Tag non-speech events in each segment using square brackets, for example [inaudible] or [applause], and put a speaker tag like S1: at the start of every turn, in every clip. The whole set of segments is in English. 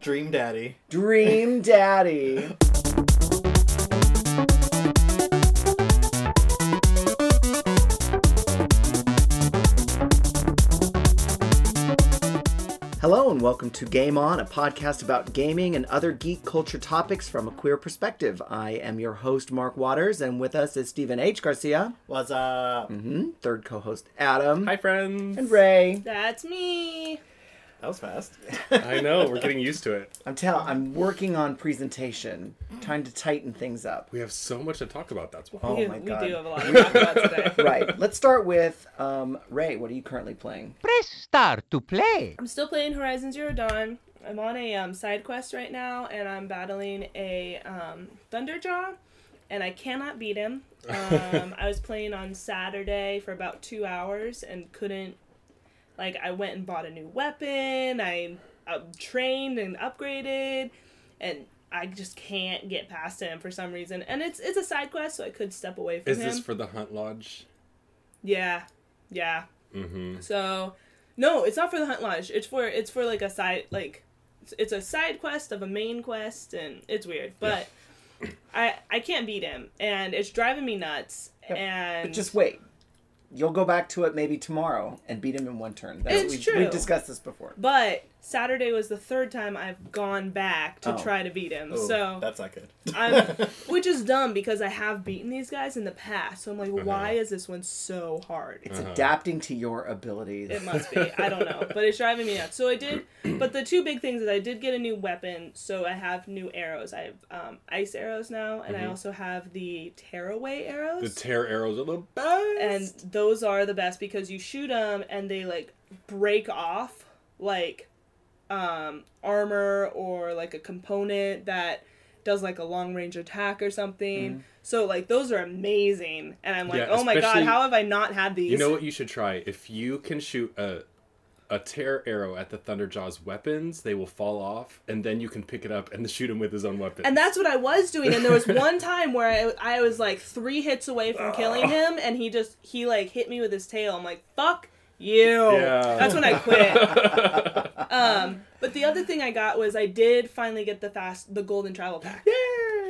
S1: Dream Daddy.
S2: Dream Daddy. Hello and welcome to Game On, a podcast about gaming and other geek culture topics from a queer perspective. I am your host, Mark Waters, and with us is Stephen H. Garcia,
S1: What's up?
S2: Mhm. third co host, Adam,
S3: Hi,
S2: [laughs]
S3: friends.
S2: and Ray.
S4: That's me.
S1: That was
S4: [laughs]
S1: fast.
S3: I know we're getting used to it.
S2: I'm telling, I'm working on presentation, trying to tighten things up.
S3: We have so much to talk about. That's why.
S2: Oh
S4: we,
S2: my
S4: we
S2: God.
S4: do have
S2: [laughs]
S4: a lot to talk about today. [laughs]
S2: right. Let's start with um, Ray. What are you currently playing?
S5: Press star to play.
S4: I'm still playing Horizon Zero Dawn. I'm on a um, side quest right now, and I'm battling a um, Thunderjaw, and I cannot beat him. [laughs] Um, I was playing on Saturday for about two hours and couldn't. Like, I went and bought a new weapon. I uh, trained and upgraded, and I just can't get past him for some reason. And it's it's a side quest, so I could step away from
S3: Is
S4: him.
S3: this for the Hunt Lodge?
S4: Yeah, yeah.
S3: Mm-hmm.
S4: So, no, it's not for the hunt lodge. It's for it's for like a side like it's- it's a side quest of a main quest, and it's weird. But I I can't beat him, and it's driving me nuts. And
S2: But just wait. You'll go back to it maybe tomorrow and beat him in one turn. That's what
S4: It's
S2: we've,
S4: true.
S2: We've discussed this before.
S4: but Saturday was the third time I've gone back to
S2: Oh.
S4: try to beat him.
S1: Oh,
S4: [laughs] so
S1: that's not good.
S4: I'm, which is dumb because I have beaten these guys in the past. So I'm like, why is this one so hard?
S2: It's
S3: Uh-huh.
S2: adapting to your abilities.
S3: [laughs]
S4: It must be. I don't know, but it's driving me nuts. So I did, but the two big things is I did get a new weapon, so I have new arrows. I have um, ice arrows now, and I also have the tearaway
S3: Mm-hmm. The
S4: arrows,
S3: tear arrows are the best.
S4: and those are the best because you shoot them and they like break off like um, armor or like a component that does like a long range attack or something. So like those are amazing, and I'm like,
S3: Mm-hmm. Yeah,
S4: oh my god,
S3: especially-
S4: how have I not had these?
S3: you know what you should try? If you can shoot a a tear arrow at the Thunderjaw's weapons, they will fall off, and then you can pick it up and [laughs] shoot him with his own weapon.
S4: And that's what I was doing. And there was one time where I, I was like three hits away from killing him, and he just he like hit me with his tail. I'm like, fuck you.
S3: Yeah.
S4: That's when I quit.
S3: [laughs]
S4: um, but the other thing I got was I did finally get the fast the golden travel pack.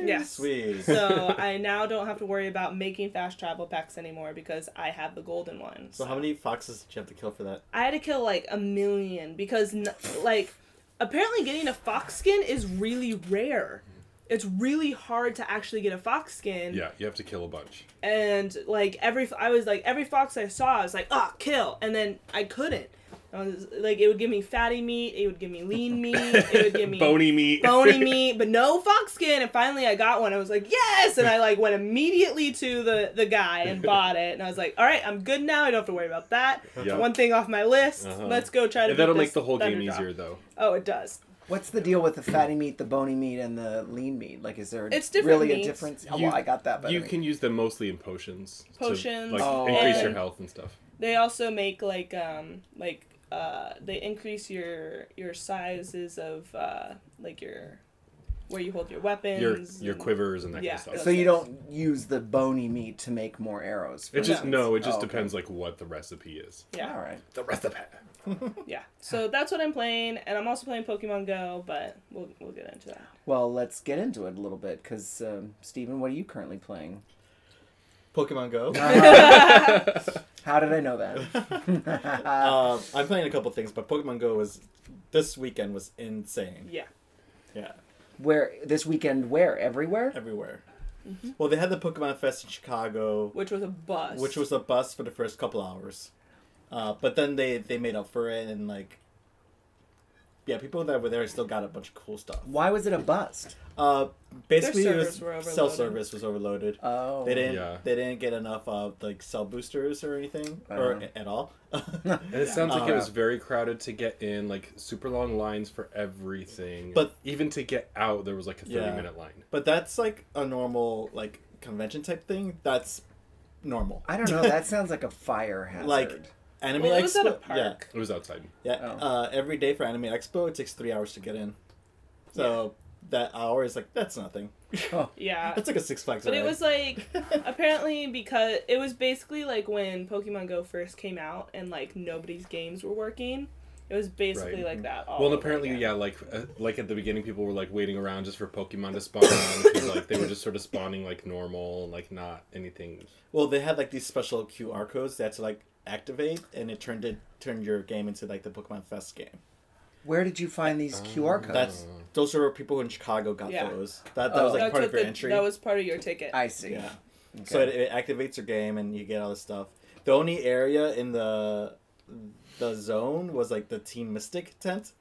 S4: Yes. [laughs]
S1: Sweet.
S4: So I now don't have to worry about making fast travel packs anymore because I have the golden one.
S1: So how many foxes did you have to kill for that?
S4: I had to kill like a million because n- like apparently getting a fox skin is really rare. It's really hard to actually get a fox skin.
S3: yeah, you have to kill a bunch.
S4: And like every I was like every fox I saw I was like oh kill and then I couldn't. I was like it would give me fatty meat, it would give me lean meat, it would give
S3: [laughs]
S4: me
S3: Bony meat.
S4: bony meat, but no fox skin. And finally, I got one. I was like, yes! And I like went immediately to the the guy and bought it. And I was like, all right, I'm good now. I don't have to worry about that.
S3: Yeah.
S4: One thing off my list.
S3: Uh-huh.
S4: Let's go try to.
S3: And that'll
S4: beat
S3: make
S4: this
S3: the whole game
S4: Thunderdrop.
S3: easier, though.
S4: Oh, it does.
S2: What's the deal with the fatty meat, the bony meat, and the lean meat? Like, is there
S4: It's different
S2: really
S4: meats.
S2: a difference? Oh,
S3: You-
S2: well, I got that. But
S3: You
S2: I mean-
S3: can use them mostly in potions. to,
S4: Potions
S3: like
S2: Oh.
S3: increase your
S4: and-
S3: health and stuff.
S4: They also make like um like uh they increase your your sizes of uh like your where you hold your weapons.
S3: Your your
S4: and-
S3: quivers and that
S4: Yeah.
S3: kind of stuff.
S2: So you don't use the bony meat to make more arrows. for
S3: It just
S2: instance?
S3: no, it
S2: Oh,
S3: just
S2: okay.
S3: depends like what the recipe is.
S4: Yeah.
S2: All right.
S3: The recipe.
S4: Yeah. So that's what I'm playing, and I'm also playing Pokemon Go, but we'll we'll get into that.
S2: Well, let's get into it a little bit, because um, Stephen, what are you currently playing?
S1: Pokemon Go.
S2: How did I know
S3: [laughs]
S2: that?
S1: um, I'm playing a couple things, but Pokemon Go was this weekend was insane.
S4: Yeah.
S1: Yeah,
S2: Where this weekend? Where everywhere?
S1: everywhere.
S4: Mm-hmm.
S1: Well, they had the Pokemon Fest in Chicago,
S4: Which was a bust.
S1: which was a bust for the first couple hours, uh, but then they they made up for it and like. Yeah, people that were there still got a bunch of cool stuff.
S2: Why was it a bust?
S1: Uh, basically, it
S4: servers
S1: was
S4: were overloaded.
S1: cell service was overloaded.
S2: Oh,
S1: They didn't.
S3: Yeah.
S1: They didn't get enough uh, like cell boosters or anything or
S2: Uh-huh.
S1: a- at
S2: [laughs]
S1: all. [laughs]
S3: And it sounds like it
S1: Uh,
S3: was very crowded to get in, like super long lines for everything.
S1: But-
S3: even to get out, there was like a thirty
S1: Yeah.
S3: minute line.
S1: but that's like a normal like convention type thing. That's normal.
S2: I don't know. That sounds like a fire
S1: [laughs]
S2: hazard.
S1: Like anime
S4: Well, it was
S1: expo.
S4: at a
S1: Yeah,
S4: park.
S3: It was outside.
S1: yeah.
S2: Oh.
S1: Uh, every day for anime expo, it takes three hours to get in. So that hour is like that's nothing.
S2: oh,
S4: Yeah.
S1: [laughs] That's like a Six Flags.
S4: Uh, But it
S1: ride.
S4: was like apparently because it was basically like when Pokemon Go first came out and like nobody's games were working. It was basically
S3: Right.
S4: like that. All
S3: Well, and
S4: over
S3: apparently,
S4: again.
S3: yeah, like uh, like at the beginning, people were like waiting around just for Pokemon to spawn, 'cause, like they were just sort of spawning like normal, like not anything.
S1: Well, they had like these special QR codes that had to like activate, and it turned it turned your game into like the Pokemon Fest game.
S2: Where did you find these QR codes?
S1: um, That's those are people in Chicago got
S4: Yeah. Oh.
S1: those. That that was like
S4: That's
S1: part
S4: what
S1: of your
S4: the-
S1: entry.
S4: That was part of your ticket.
S2: I see.
S1: yeah. So it, it activates your game, and you get all this stuff. The only area in the the zone was like the Team Mystic tent.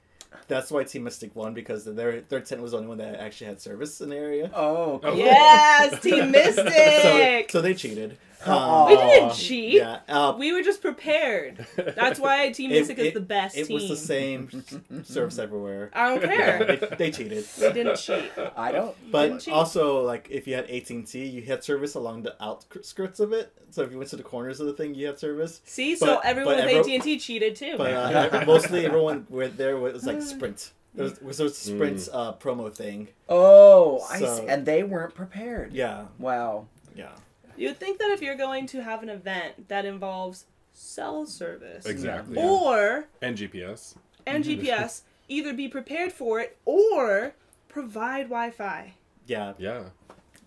S1: That's why Team Mystic won because their their tent was the only one that actually had service in the area.
S2: Oh, cool.
S4: yes,
S1: [laughs]
S4: Team
S1: So,
S4: Mystic.
S1: so they cheated. Um,
S4: we
S2: Aw.
S4: didn't cheat.
S1: Yeah. Uh,
S4: We were just prepared.
S3: [laughs]
S1: [laughs]
S4: That's why Team
S1: it-
S4: Mystic is
S1: it-
S4: the best
S1: It
S4: team.
S1: was the same service everywhere.
S4: I don't
S1: [laughs] Yeah,
S4: care.
S1: they, they cheated.
S4: we didn't cheat.
S2: I don't.
S1: But
S4: cheat.
S1: also, like, if you had AT&T, you had service along the outskirts of it. So if you went to the corners of the thing, you had service.
S4: See, so
S1: But-
S4: everyone
S1: but
S4: with
S1: every-
S4: AT&T cheated too. [laughs]
S1: But uh, mostly everyone were there was, like, Sprint. There was, was a Sprint uh, promo thing.
S2: Oh, I
S1: So-
S2: see. And they weren't prepared.
S1: Yeah,
S2: Wow.
S1: yeah.
S4: You'd think that if you're going to have an event that involves cell service
S3: Exactly. yeah.
S4: or
S3: And GPS.
S4: and
S1: Mm-hmm.
S4: GPS, either be prepared for it or provide Wi-Fi.
S1: Yeah,
S3: Yeah.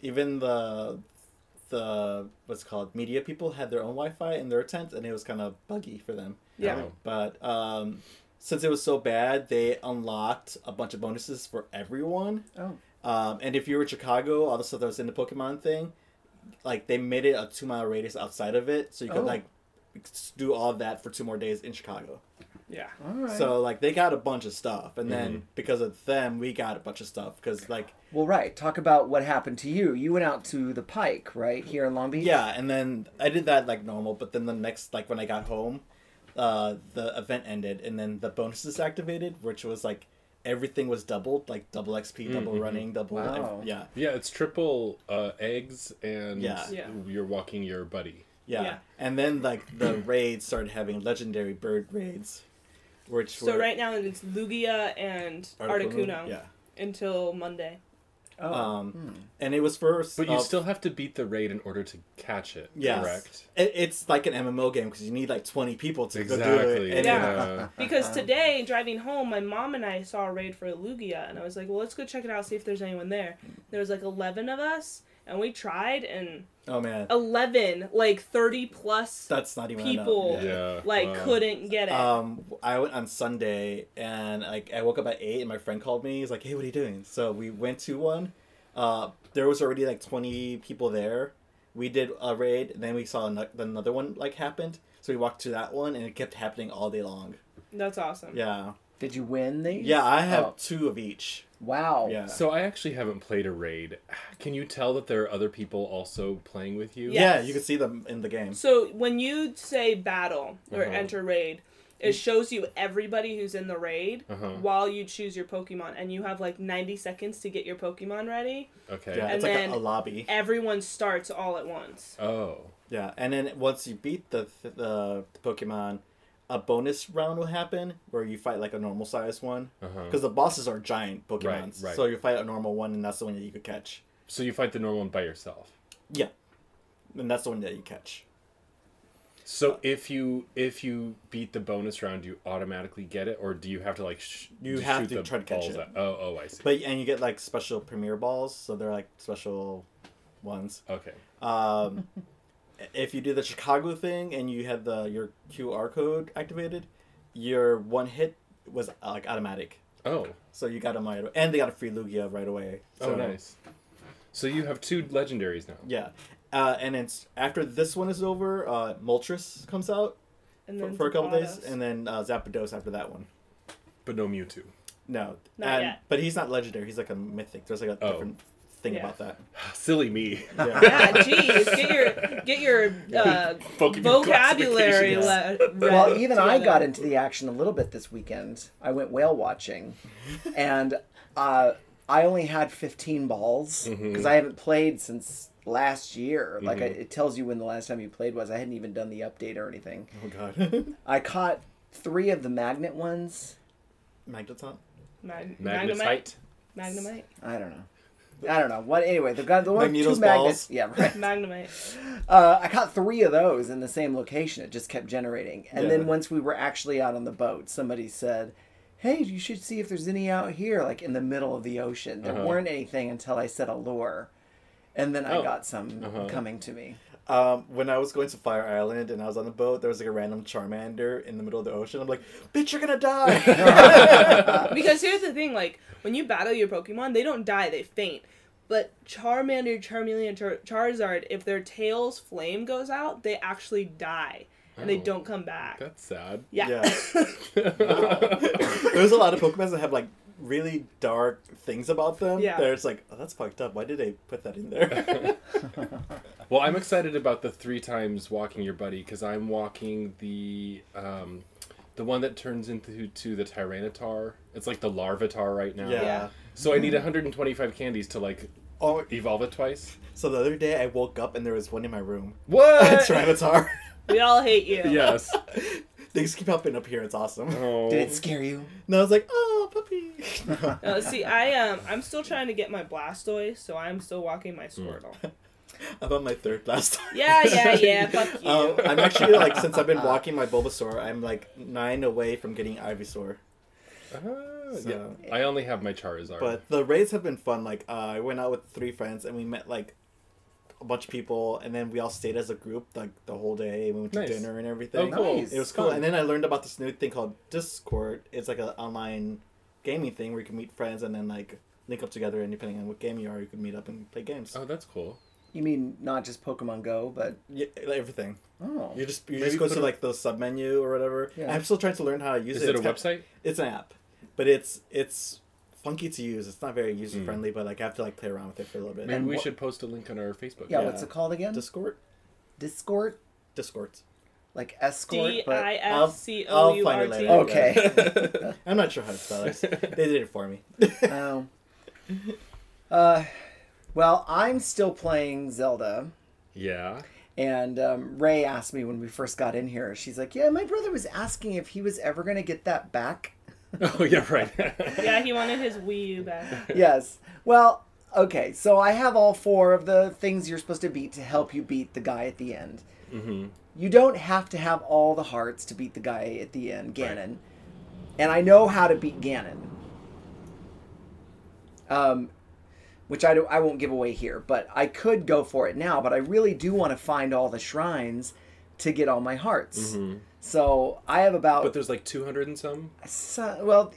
S1: even the, the, what's it called, media people had their own Wi-Fi in their tent, and it was kind of buggy for them.
S4: Yeah.
S3: Oh.
S1: But um, since it was so bad, they unlocked a bunch of bonuses for everyone.
S2: Oh.
S1: Um, and if you were in Chicago, all the stuff that was in the Pokemon thing, like they made it a two mile radius outside of it, so you could
S2: Oh.
S1: like do all that for two more days in Chicago.
S4: Yeah.
S2: All right.
S1: So like they got a bunch of stuff, and then
S3: Mm-hmm.
S1: because of them, we got a bunch of stuff because like
S2: well, right. Talk about what happened to you. You went out to the Pike, right here in Long Beach.
S1: yeah, and then I did that like normal, but then the next like when I got home, uh, the event ended, and then the bonuses activated, which was like everything was doubled, like double
S3: Mm,
S1: XP, double
S3: mm-hmm.
S1: running, double
S2: Wow.
S1: yeah,
S3: Yeah, it's triple uh, eggs and
S1: Yeah.
S4: Yeah.
S3: you're walking your buddy.
S1: Yeah.
S4: Yeah.
S1: And then like the [clears throat] raids started having legendary bird raids, which
S4: So
S1: were
S4: right now it's Lugia and Articuno Hmm.
S1: Yeah.
S4: until Monday.
S2: Oh.
S1: Um, and it was first.
S3: But you
S1: uh,
S3: still have to beat the raid in order to catch it.
S1: yes.
S3: Correct.
S1: It, it's like an MMO game because you need like twenty people to go do
S3: Exactly.
S1: it. And
S4: Yeah.
S3: yeah.
S4: Because
S1: Uh-huh.
S4: today, driving home, my mom and I saw a raid for Lugia, and I was like, well, let's go check it out, see if there's anyone there. There was like 11 of us, and we tried, and
S1: Oh man,
S4: 11, like 30 plus
S1: that's not even
S4: people,
S1: Enough. Yeah. [laughs]
S3: Yeah,
S4: like,
S1: uh,
S3: wow.
S4: couldn't get it.
S1: Um, I went on Sunday and like I woke up at eight and my friend called me. He's like, "Hey, what are you doing?" So we went to one. Uh, there was already like twenty people there. We did a raid, then we saw ano- another one like happened. So we walked to that one, and it kept happening all day long.
S4: That's awesome.
S1: Yeah,
S2: Did you win these?
S1: yeah. I have
S2: Oh.
S1: two of each.
S2: Wow.
S1: Yeah.
S3: So I actually haven't played a raid. Can you tell that there are other people also playing with you?
S1: Yeah,
S4: Yes.
S1: you can see them in the game.
S4: So when you say battle or
S3: Uh-huh.
S4: enter raid, it shows you everybody who's in the raid
S3: Uh-huh.
S4: while you choose your Pokemon, and you have like 90 seconds to get your Pokemon ready.
S3: Okay.
S1: Yeah,
S4: And
S1: it's like
S4: then-
S1: a, a lobby.
S4: Everyone starts all at once.
S3: Oh.
S1: Yeah, and then once you beat the the, the Pokemon, a bonus round will happen where you fight like a normal sized one.
S3: Uh-huh.
S1: Because the bosses are giant Pokemons,
S3: Right, right.
S1: so you fight a normal one, and that's the one that you could catch.
S3: So you fight the normal one by yourself.
S1: Yeah, and that's the one that you catch. Uh,
S3: So if you if you beat the bonus round, you automatically get it, or do you have to like sh-
S1: You
S3: shoot
S1: have to
S3: the
S1: try to catch
S3: balls
S1: it.
S3: Out? Oh, oh, I see.
S1: But and you get like special Premier Balls, so they're like special ones.
S3: okay.
S1: Um, if you do the Chicago thing and you had the your QR code activated, your one hit was uh, like automatic,
S3: Oh.
S1: so you got them right, and they got a free Lugia right away.
S3: Oh,
S1: So,
S3: nice. So you have two legendaries now.
S1: Yeah, uh, and it's after this one is over, uh, Moltres comes out
S4: And
S1: for,
S4: then
S1: for a couple days,
S4: Zapdos.
S1: and then uh, Zapdos after that one.
S3: But no Mewtwo.
S1: No,
S4: Not
S1: and,
S4: yet.
S1: But he's not legendary. He's like a mythic. There's like a
S3: Oh.
S1: different thing
S4: Yeah.
S1: about
S4: [laughs]
S1: that.
S3: Ah,
S1: [laughs]
S3: Silly me.
S1: Yeah.
S4: yeah, geez, get your get your uh,
S3: Fucking
S4: vocabulary
S3: classifications.
S4: le-
S2: Well,
S4: read
S2: even I
S4: together.
S2: got into the action a little bit this weekend. I went whale
S1: [laughs]
S2: watching, and uh, I only had 15 balls because
S1: Mm-hmm.
S2: I haven't played since last year. Like I, it tells you when the last time you played was. I hadn't even done the update or anything.
S1: oh god, [laughs]
S2: I caught three of the magnet ones.
S1: Magneton.
S4: Mag-
S3: Magnetite.
S4: Magnemite. Magnemite.
S2: I don't know. I don't know. What anyway? The gun, the one with two
S1: Magneto's
S2: magnets.
S1: balls.
S2: Yeah, right.
S4: Magnemite.
S2: Uh, I caught three of those in the same location. It just kept generating. And
S1: Yeah.
S2: then once we were actually out on the boat, somebody said, "Hey, you should see if there's any out here, like in the middle of the ocean." There weren't anything until I said a lure, and then I
S3: Oh.
S2: got some coming to me.
S1: Um, when I was going to Fire Island and I was on the boat, there was like a random Charmander in the middle of the ocean. I'm like, bitch, you're gonna die.
S4: Because here's the thing, like when you battle your Pokemon, they don't die; they faint. But Charmander, Charmeleon, Char- Charizard, if their tail's flame goes out, they actually die and they
S3: Oh.
S4: don't come back.
S3: That's sad.
S1: [laughs]
S4: Yeah.
S1: There's a lot of Pokemon that have like really dark things about them.
S4: Yeah.
S1: There's like, oh, that's fucked up. Why did they put that in there?
S3: [laughs]
S1: [laughs]
S3: Well, I'm excited about the three times walking your buddy because I'm walking the um, the one that turns into to the Tyranitar. It's like the Larvitar right now.
S1: yeah.
S4: Yeah.
S3: So I need 125 candies to like
S1: Oh,
S3: evolve it twice.
S1: so the other day I woke up and there was one in my
S3: [laughs]
S1: room.
S3: What?
S1: It's [laughs] Ravitar.
S4: [laughs] we all hate you.
S3: Yes.
S1: Things keep popping up here. It's awesome.
S3: Oh.
S2: Did it scare you?
S1: And I was like, oh,
S3: [laughs]
S1: puppy. [laughs]
S4: No, see, I um, I'm still trying to get my Blastoise, so I'm still walking my Squirtle.
S1: I'm on my third last time.
S4: Yeah, yeah,
S1: [laughs]
S2: [laughs]
S4: yeah. Fuck you.
S2: Oh,
S1: Um, I'm actually like since I've been walking my Bulbasaur, I'm like nine away from getting Ivysaur.
S3: Ah,
S1: So-
S3: yeah. I only have my Charizard. Oh,
S1: But the raids have been fun. Like uh, I went out with three friends and we met like a bunch of people, and then we all stayed as a group like the whole day. We went to
S3: Nice.
S1: dinner and everything.
S3: Oh, cool.
S2: Nice.
S1: It was cool.
S3: Fun.
S1: And then I learned about this new thing called Discord. It's like an online gaming thing where you can meet friends and then like link up together, and depending on what game you are, you can meet up and play games.
S3: oh, that's cool.
S2: You mean not just Pokemon Go, but
S1: Yeah, like, everything.
S2: oh,
S1: You just you
S3: Maybe
S1: just go
S3: put
S1: to
S3: a-
S1: like the sub menu or whatever.
S2: Yeah.
S1: I'm still trying to learn how to use
S3: Is
S1: it.
S3: it a
S1: It's kind-
S3: website?
S1: it's an app, but it's it's funky to use. It's not very
S3: Hmm.
S1: user friendly, but like I have to like play around with it for a little bit.
S3: Maybe
S2: And
S3: we
S2: what-
S3: should post a link on our Facebook.
S2: yeah,
S1: yeah.
S2: What's it called again?
S1: Discord,
S2: Discord,
S1: Discord.
S2: like escort,
S4: D
S2: but
S4: i
S1: I'll-
S4: f c o
S1: I'll
S4: u
S1: find
S4: r
S1: it
S4: t.
S1: later.
S2: okay.
S1: I'm not sure how to spell it. They did it for
S3: [laughs]
S1: me. [laughs]
S2: Oh. Uh, well, I'm still playing Zelda.
S3: Yeah.
S2: And um, Ray asked me when we first got in here, she's like, Yeah, my brother was asking if he was ever going to get that back.
S3: [laughs] Oh, yeah,
S2: [laughs]
S3: right.
S4: Yeah, he wanted his Wii U back.
S2: yes. Well, okay. So I have all four of the things you're supposed to beat to help you beat the guy at the end. You don't have to have all the hearts to beat the guy at the end, Ganon. And I know how to beat Ganon. Um, which I, do, I won't give away here, but I could go for it now, but I really do want to find all the shrines to get all my hearts. So I have about.
S3: But there's like 200 and some.
S2: So, well,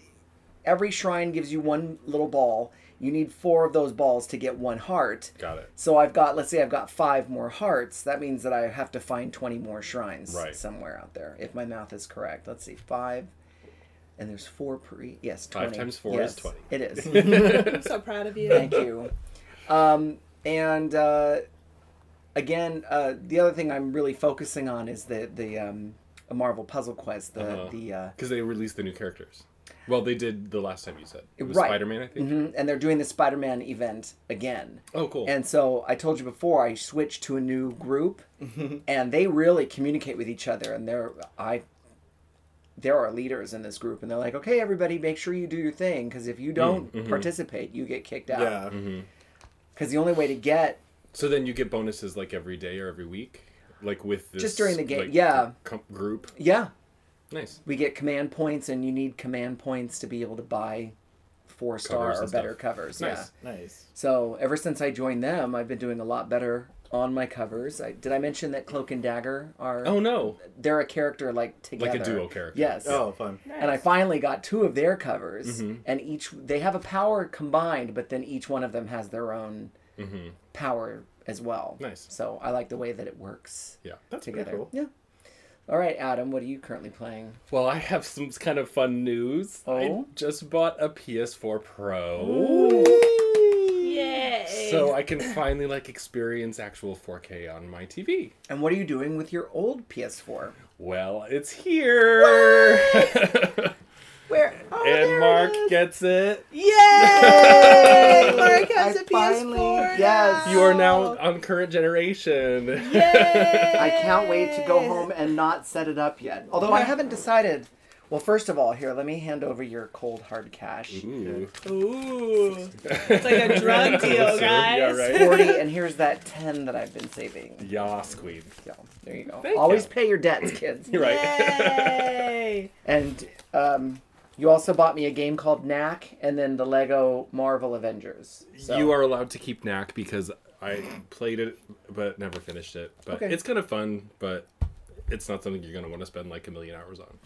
S2: every shrine gives you one little ball. You need four of those balls to get one heart.
S3: Got it.
S2: So I've got, let's say I've got five more hearts. That means that I have to find 20 more shrines
S3: Right.
S2: somewhere out there, if my math is correct. Let's see, five. And there's four per e- Yes, 20.
S3: Five times four
S2: Yes,
S3: is 20.
S2: It is.
S3: [laughs]
S4: [laughs] I'm so proud of you.
S2: Thank you. Um, and uh, again, uh, the other thing I'm really focusing on is the, the um, Marvel Puzzle Quest, the,
S3: Uh-huh.
S2: the uh,
S3: Because they released the new characters. Well, they did the last time you said. It was
S2: Right.
S3: Spider Man, I think.
S2: Mhm, and they're doing the Spider-Man event again.
S3: Oh, cool.
S2: And so I told you before I switched to a new group,
S3: Mm-hmm.
S2: and they really communicate with each other. And they're I, there are leaders in this group, and they're like, okay, everybody, make sure you do your thing, because if you don't
S3: Mm-hmm.
S2: participate, you get kicked out.
S1: yeah.
S2: Because the only way to get
S3: so then you get bonuses like every day or every week? Like with this.
S2: Just during the game,
S3: like,
S2: yeah.
S3: com- group.
S2: yeah,
S3: Nice.
S2: we get command points, and you need command points to be able to buy four star
S3: Covers
S2: or
S3: and
S2: better
S3: stuff.
S2: covers. Yeah.
S3: Nice.
S1: Nice.
S2: So ever since I joined them, I've been doing a lot better on my covers. I, did I mention that Cloak and Dagger are?
S3: Oh, no.
S2: they're a character like together,
S3: duo character.
S2: Yes.
S1: Oh, fun.
S2: And I finally got two of their covers,
S3: Mm-hmm.
S2: and each they have a power combined, but then each one of them has their own power as well.
S3: Mm-hmm. Nice.
S2: So I like the way that it works
S3: Yeah.
S1: That's pretty
S2: together.
S1: cool.
S2: Yeah. All right, Adam, what are you currently playing?
S3: Well, I have some kind of fun news. I
S2: Oh?
S3: just bought a PS4 Pro.
S4: Yay.
S3: So I can finally like experience actual 4K on my TV.
S2: And what are you doing with your old PS4?
S3: Well, it's here. [laughs]
S2: Where? Oh,
S3: and
S2: there
S3: Mark
S2: it is.
S3: gets it.
S4: Yay! Mark has
S2: I
S4: a PS4
S2: finally-
S4: now.
S2: yes.
S3: You are now on current generation.
S4: Yay!
S2: I can't wait to go home and not set it up yet. Although I haven't decided Well, first of all, here, let me hand over your cold hard cash.
S3: [laughs] Ooh.
S4: Ooh. It's like a drug deal, guys.
S3: Yeah, right.
S2: 40, and here's that 10 that I've been saving.
S3: Yas, queen. [laughs]
S2: So, there you go.
S3: Thank
S2: Always
S3: you.
S2: pay your debts, kids.
S3: You're [laughs] right.
S4: [laughs] Yay!
S2: [clears throat] And um, you also bought me a game called Knack and then the Lego Marvel Avengers. So-
S3: You are allowed to keep knack because I played it but never finished it. But
S2: Okay.
S3: it's kind of fun, but it's not something you're going to want to spend like a million hours on.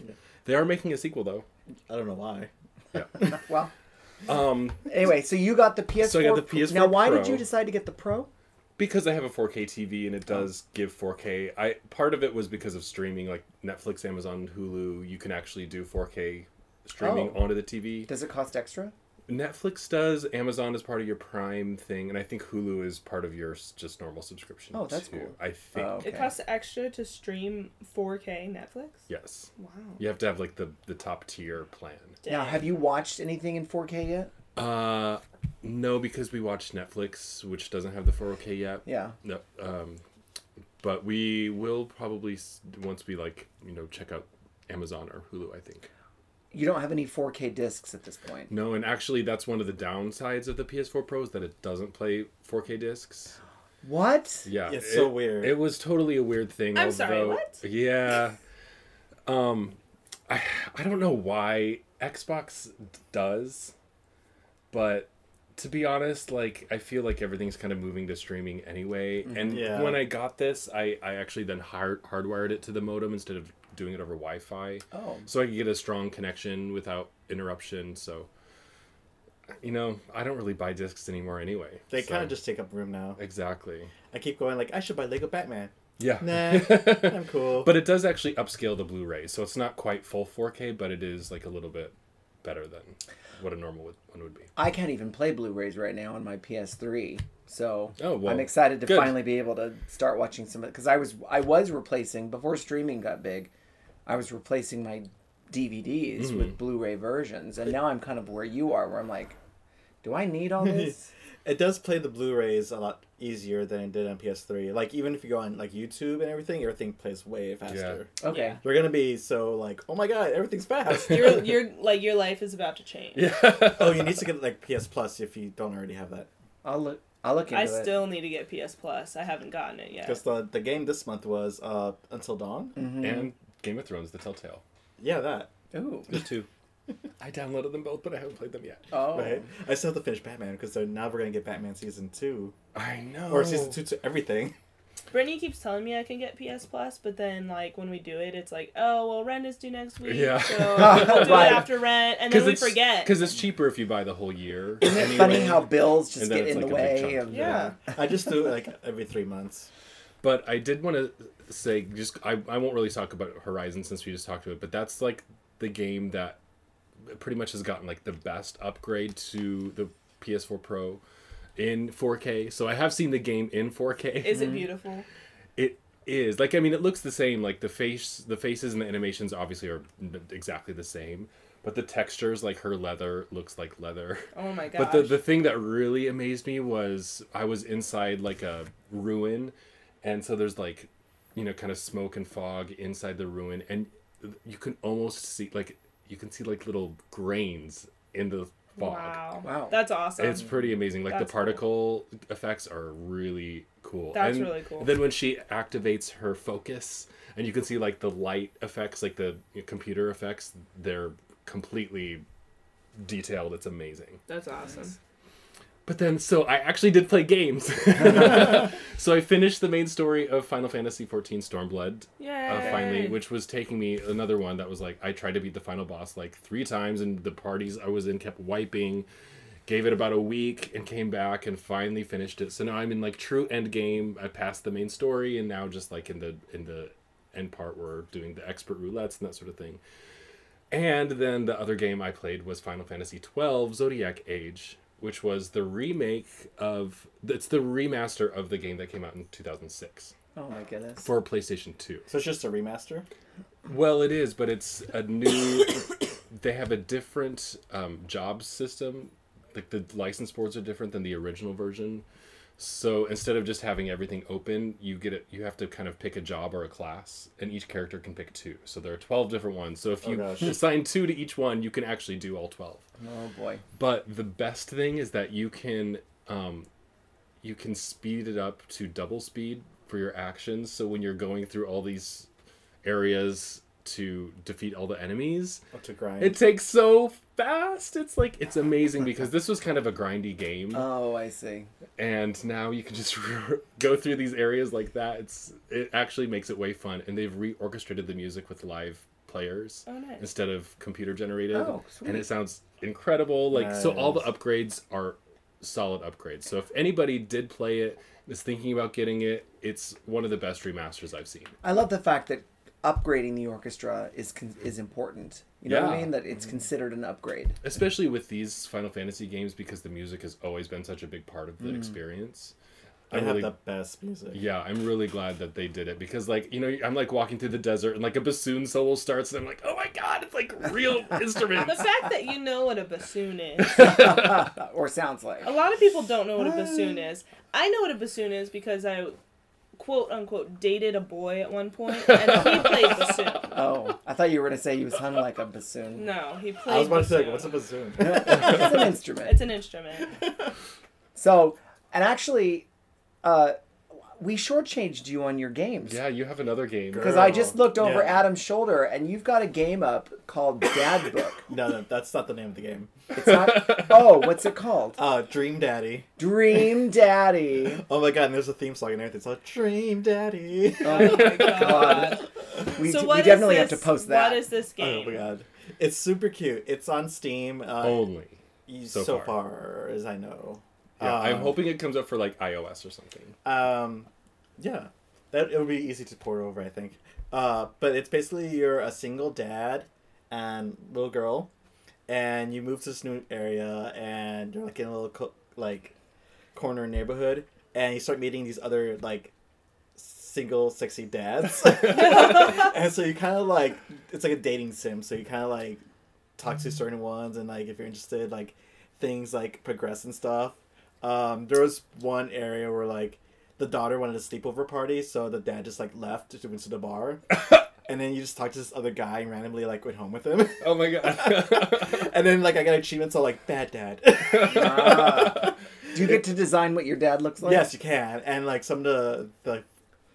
S3: They are making a sequel though.
S1: I don't know why.
S3: Yeah.
S2: Well,
S3: um,
S2: anyway, so you got the PS4.
S3: So I got the PS4
S2: Now, why did
S3: Pro.
S2: you decide to get the Pro?
S3: because I have a 4K TV and it
S2: Oh.
S3: does give 4K. I part of it was because of streaming like Netflix, Amazon, Hulu, you can actually do 4K streaming
S2: Oh.
S3: onto the TV.
S2: Does it cost extra?
S3: Netflix does, Amazon is part of your Prime thing, and I think Hulu is part of your s- just normal subscription.
S2: Oh, that's cool.
S3: I think.
S2: Oh. Okay.
S4: It costs extra to stream 4K Netflix.
S3: [laughs] Yes.
S4: Wow.
S3: You have to have like the the top tier plan.
S2: Now, have you watched anything in 4K yet?
S3: Uh no, because we watched Netflix, which doesn't have the 4K yet.
S2: Yeah.
S3: No. Um, but we will probably s- once we like you know check out Amazon or Hulu. I think.
S2: You don't have any 4K discs at this point.
S3: No, and actually that's one of the downsides of the PS4 Pro is that it doesn't play 4K discs.
S2: What?
S3: Yeah,
S1: It's
S3: it-
S1: so weird.
S3: It was totally a weird thing.
S4: I'm sorry,
S3: although-
S4: what?
S3: Yeah. um, I I don't know why Xbox d- does, but to be honest, like I feel like everything's kind of moving to streaming anyway. And
S1: Mm-hmm. Yeah.
S3: when I got this, I I actually then hard hardwired it to the modem instead of doing it over Wi-Fi,
S2: Oh.
S3: so I could get a strong connection without interruption. So. You know, I don't really buy discs anymore anyway.
S1: They
S3: so-
S1: kind of just take up room now.
S3: exactly.
S1: I keep going like I should buy Lego Batman.
S3: Yeah.
S1: Nah, I'm cool.
S3: [laughs] But it does actually upscale the Blu-ray, so it's not quite full 4K, but it is like a little bit better than what a normal would- one would be.
S2: I can't even play Blu-rays right now on my PS3. So
S3: Oh, well,
S2: I'm excited to
S3: good.
S2: finally be able to start watching some of because I was I was replacing before streaming got big, I was replacing my DVDs
S3: Hmm.
S2: with Blu-ray versions, and now I'm kind of where you are, where I'm like, do I need
S3: [laughs]
S2: all this?
S1: it does play the Blu-rays a lot easier than it did on PS3. Like even if you go on like YouTube and everything, everything plays way faster.
S2: Okay,
S4: Yeah.
S1: You're gonna be so like, oh my god, everything's fast.
S4: [laughs] Your, your, like, your life is about to change.
S1: oh, you need to get like PS Plus if you don't already have that.
S2: I'll look. I'll look into
S4: I
S2: it.
S4: still need to get PS Plus. I haven't gotten it yet.
S1: Because the the game this month was uh Until Dawn.
S2: Mm.
S3: And Game of Thrones: The Telltale.
S1: Yeah, that.
S2: Ooh.
S3: The two. I downloaded them both, but I haven't played them yet.
S2: Oh.
S1: Right. I still have to finish Batman because now we're gonna get Batman season two
S3: I know.
S1: or season two to everything.
S4: Brittany keeps telling me I can get PS Plus, but then, like, when we do it, it's like, oh, well, rent is due next week.
S3: Yeah. [laughs]
S4: So we'll do
S2: Right.
S4: it after rent. And then we forget.
S3: Because it's cheaper if you buy the whole year. anyway.
S2: Funny how bills just
S3: And then
S2: get
S3: it's
S2: in the
S3: like a big
S2: way
S3: chunk.
S2: of
S4: yeah.
S1: I just do it like every three months.
S3: But I did want to say, just I, I won't really talk about Horizon since we just talked about it, but that's like the game that pretty much has gotten like the best upgrade to the PS4 Pro in 4K. So I have seen the game in 4K.
S4: Is it beautiful?
S3: [laughs] it is like I mean it looks the same. Like the face, the faces and the animations obviously are exactly the same, but the textures, like her leather, looks like leather. [laughs]
S4: Oh my gosh.
S3: But the, the thing that really amazed me was I was inside like a ruin, and so there's like, you know, kind of smoke and fog inside the ruin, and you can almost see like you can see like little grains in the fog.
S4: Wow.
S2: Wow.
S4: That's awesome.
S3: It's pretty amazing. Like
S4: That's
S3: the
S4: cool.
S3: particle effects are really cool.
S4: That's
S3: And
S4: really cool.
S3: Then when she activates her focus, and you can see like the light effects, like the computer effects, they're completely detailed. It's amazing.
S4: That's awesome.
S3: But then, so I actually did play games. so I finished the main story of Final Fantasy XIV Stormblood
S4: Yeah.
S3: uh, finally, which was taking me another one that was like I tried to beat the final boss like three times, and the parties I was in kept wiping. Gave it about a week and came back and finally finished it. So now I'm in like true end game. I passed the main story and now just like in the in the end part we're doing the expert roulettes and that sort of thing. And then the other game I played was Final Fantasy XII Zodiac Age, which was the remake of it's the remaster of the game that came out in 2006
S2: Oh my goodness.
S3: for PlayStation 2.
S1: So it's just a remaster.
S3: Well, it is, but it's a new. they have a different um, job system. Like the license boards are different than the original version, So instead of just having everything open, you get it. You have to kind of pick a job or a class, and each character can pick two. So there are twelve different ones. So if you
S1: gosh.
S3: assign two to each one, you can actually do all twelve.
S2: Oh boy.
S3: But the best thing is that you can um, you can speed it up to double speed for your actions. So when you're going through all these areas to defeat all the enemies,
S1: Up Oh, to grind.
S3: it takes so fast. It's like it's amazing because this was kind of a grindy game,
S2: Oh, I see.
S3: and now you can just [laughs] go through these areas like that. It's it actually makes it way fun, and they've reorchestrated the music with live players
S4: Oh, nice.
S3: instead of computer generated.
S2: Oh, sweet.
S3: And it sounds incredible. Like so all the
S1: Nice.
S3: upgrades are solid upgrades. So if anybody did play it, is thinking about getting it, it's one of the best remasters I've seen.
S2: I love the fact that upgrading the orchestra is con- is important. You know what I
S3: Yeah.
S2: mean? That
S4: Mm-hmm.
S2: it's considered an upgrade.
S3: especially with these Final Fantasy games because the music has always been such a big part of the experience.
S1: Mm. They
S3: I'm
S1: have
S3: really,
S1: the best music.
S3: yeah, I'm really glad that they did it because like you know I'm like walking through the desert and like a bassoon solo starts and I'm like oh my god it's like [laughs] real
S4: [laughs] The
S3: instruments.
S4: fact that you know what a
S3: [laughs]
S4: bassoon is.
S2: Uh, or sounds like.
S4: A lot of people don't know what a bassoon is. I know what a bassoon is because I quote unquote dated a boy at one point and he
S3: [laughs]
S4: played bassoon.
S2: Oh, I thought you were gonna say you sound like a bassoon.
S4: [laughs] No, he played
S1: I was about to
S4: bassoon.
S1: say, like, what's a bassoon?
S2: It's an instrument.
S4: It's an instrument.
S2: So, and actually, uh, we shortchanged you on your games.
S3: yeah, you have another game.
S2: Because I just looked
S1: Girl.
S2: over
S1: Yeah.
S2: Adam's shoulder, and you've got a game up called Dad Book.
S1: [laughs] no, no, that's not the name of the game.
S2: It's not. oh, what's it called?
S1: [laughs] Uh, Dream Daddy.
S2: Dream Daddy.
S1: Oh my god, and there's a theme song and everything. It's like Dream Daddy.
S4: Oh my god.
S2: [laughs] God. We,
S4: So
S2: d-
S4: what
S2: we
S4: is
S2: definitely have to
S4: this-
S2: post that.
S4: What is this
S1: [laughs] Oh
S4: game?
S1: my god. It's super cute. It's on Steam. Uh,
S3: only.
S1: y-
S3: Oh, so
S1: so,
S3: far.
S1: far. as I know.
S3: Yeah, I'm
S1: Um,
S3: hoping it comes up for like iOS or something.
S1: Um, yeah, that it would be easy to port over, I think. Uh, but it's basically you're a single dad and little girl, and you move to this new area, and you're like in a little co- like corner neighborhood, and you start meeting these other like single sexy dads, [laughs] and so you kind of like it's like a dating sim. So you kind of like talk to certain ones, and like if you're interested, like things like progress and stuff. Um, there was one area where like the daughter wanted a sleepover party, so the dad just like left to went to the bar, and then you just talked to this other guy and randomly like went home with him,
S3: [laughs]
S1: [laughs]
S3: Oh my [laughs] god.
S1: and then like I got achievements all like bad dad. [laughs]
S2: Ah. Do you get to design what your dad looks like?
S1: yes, you can, and like some of the the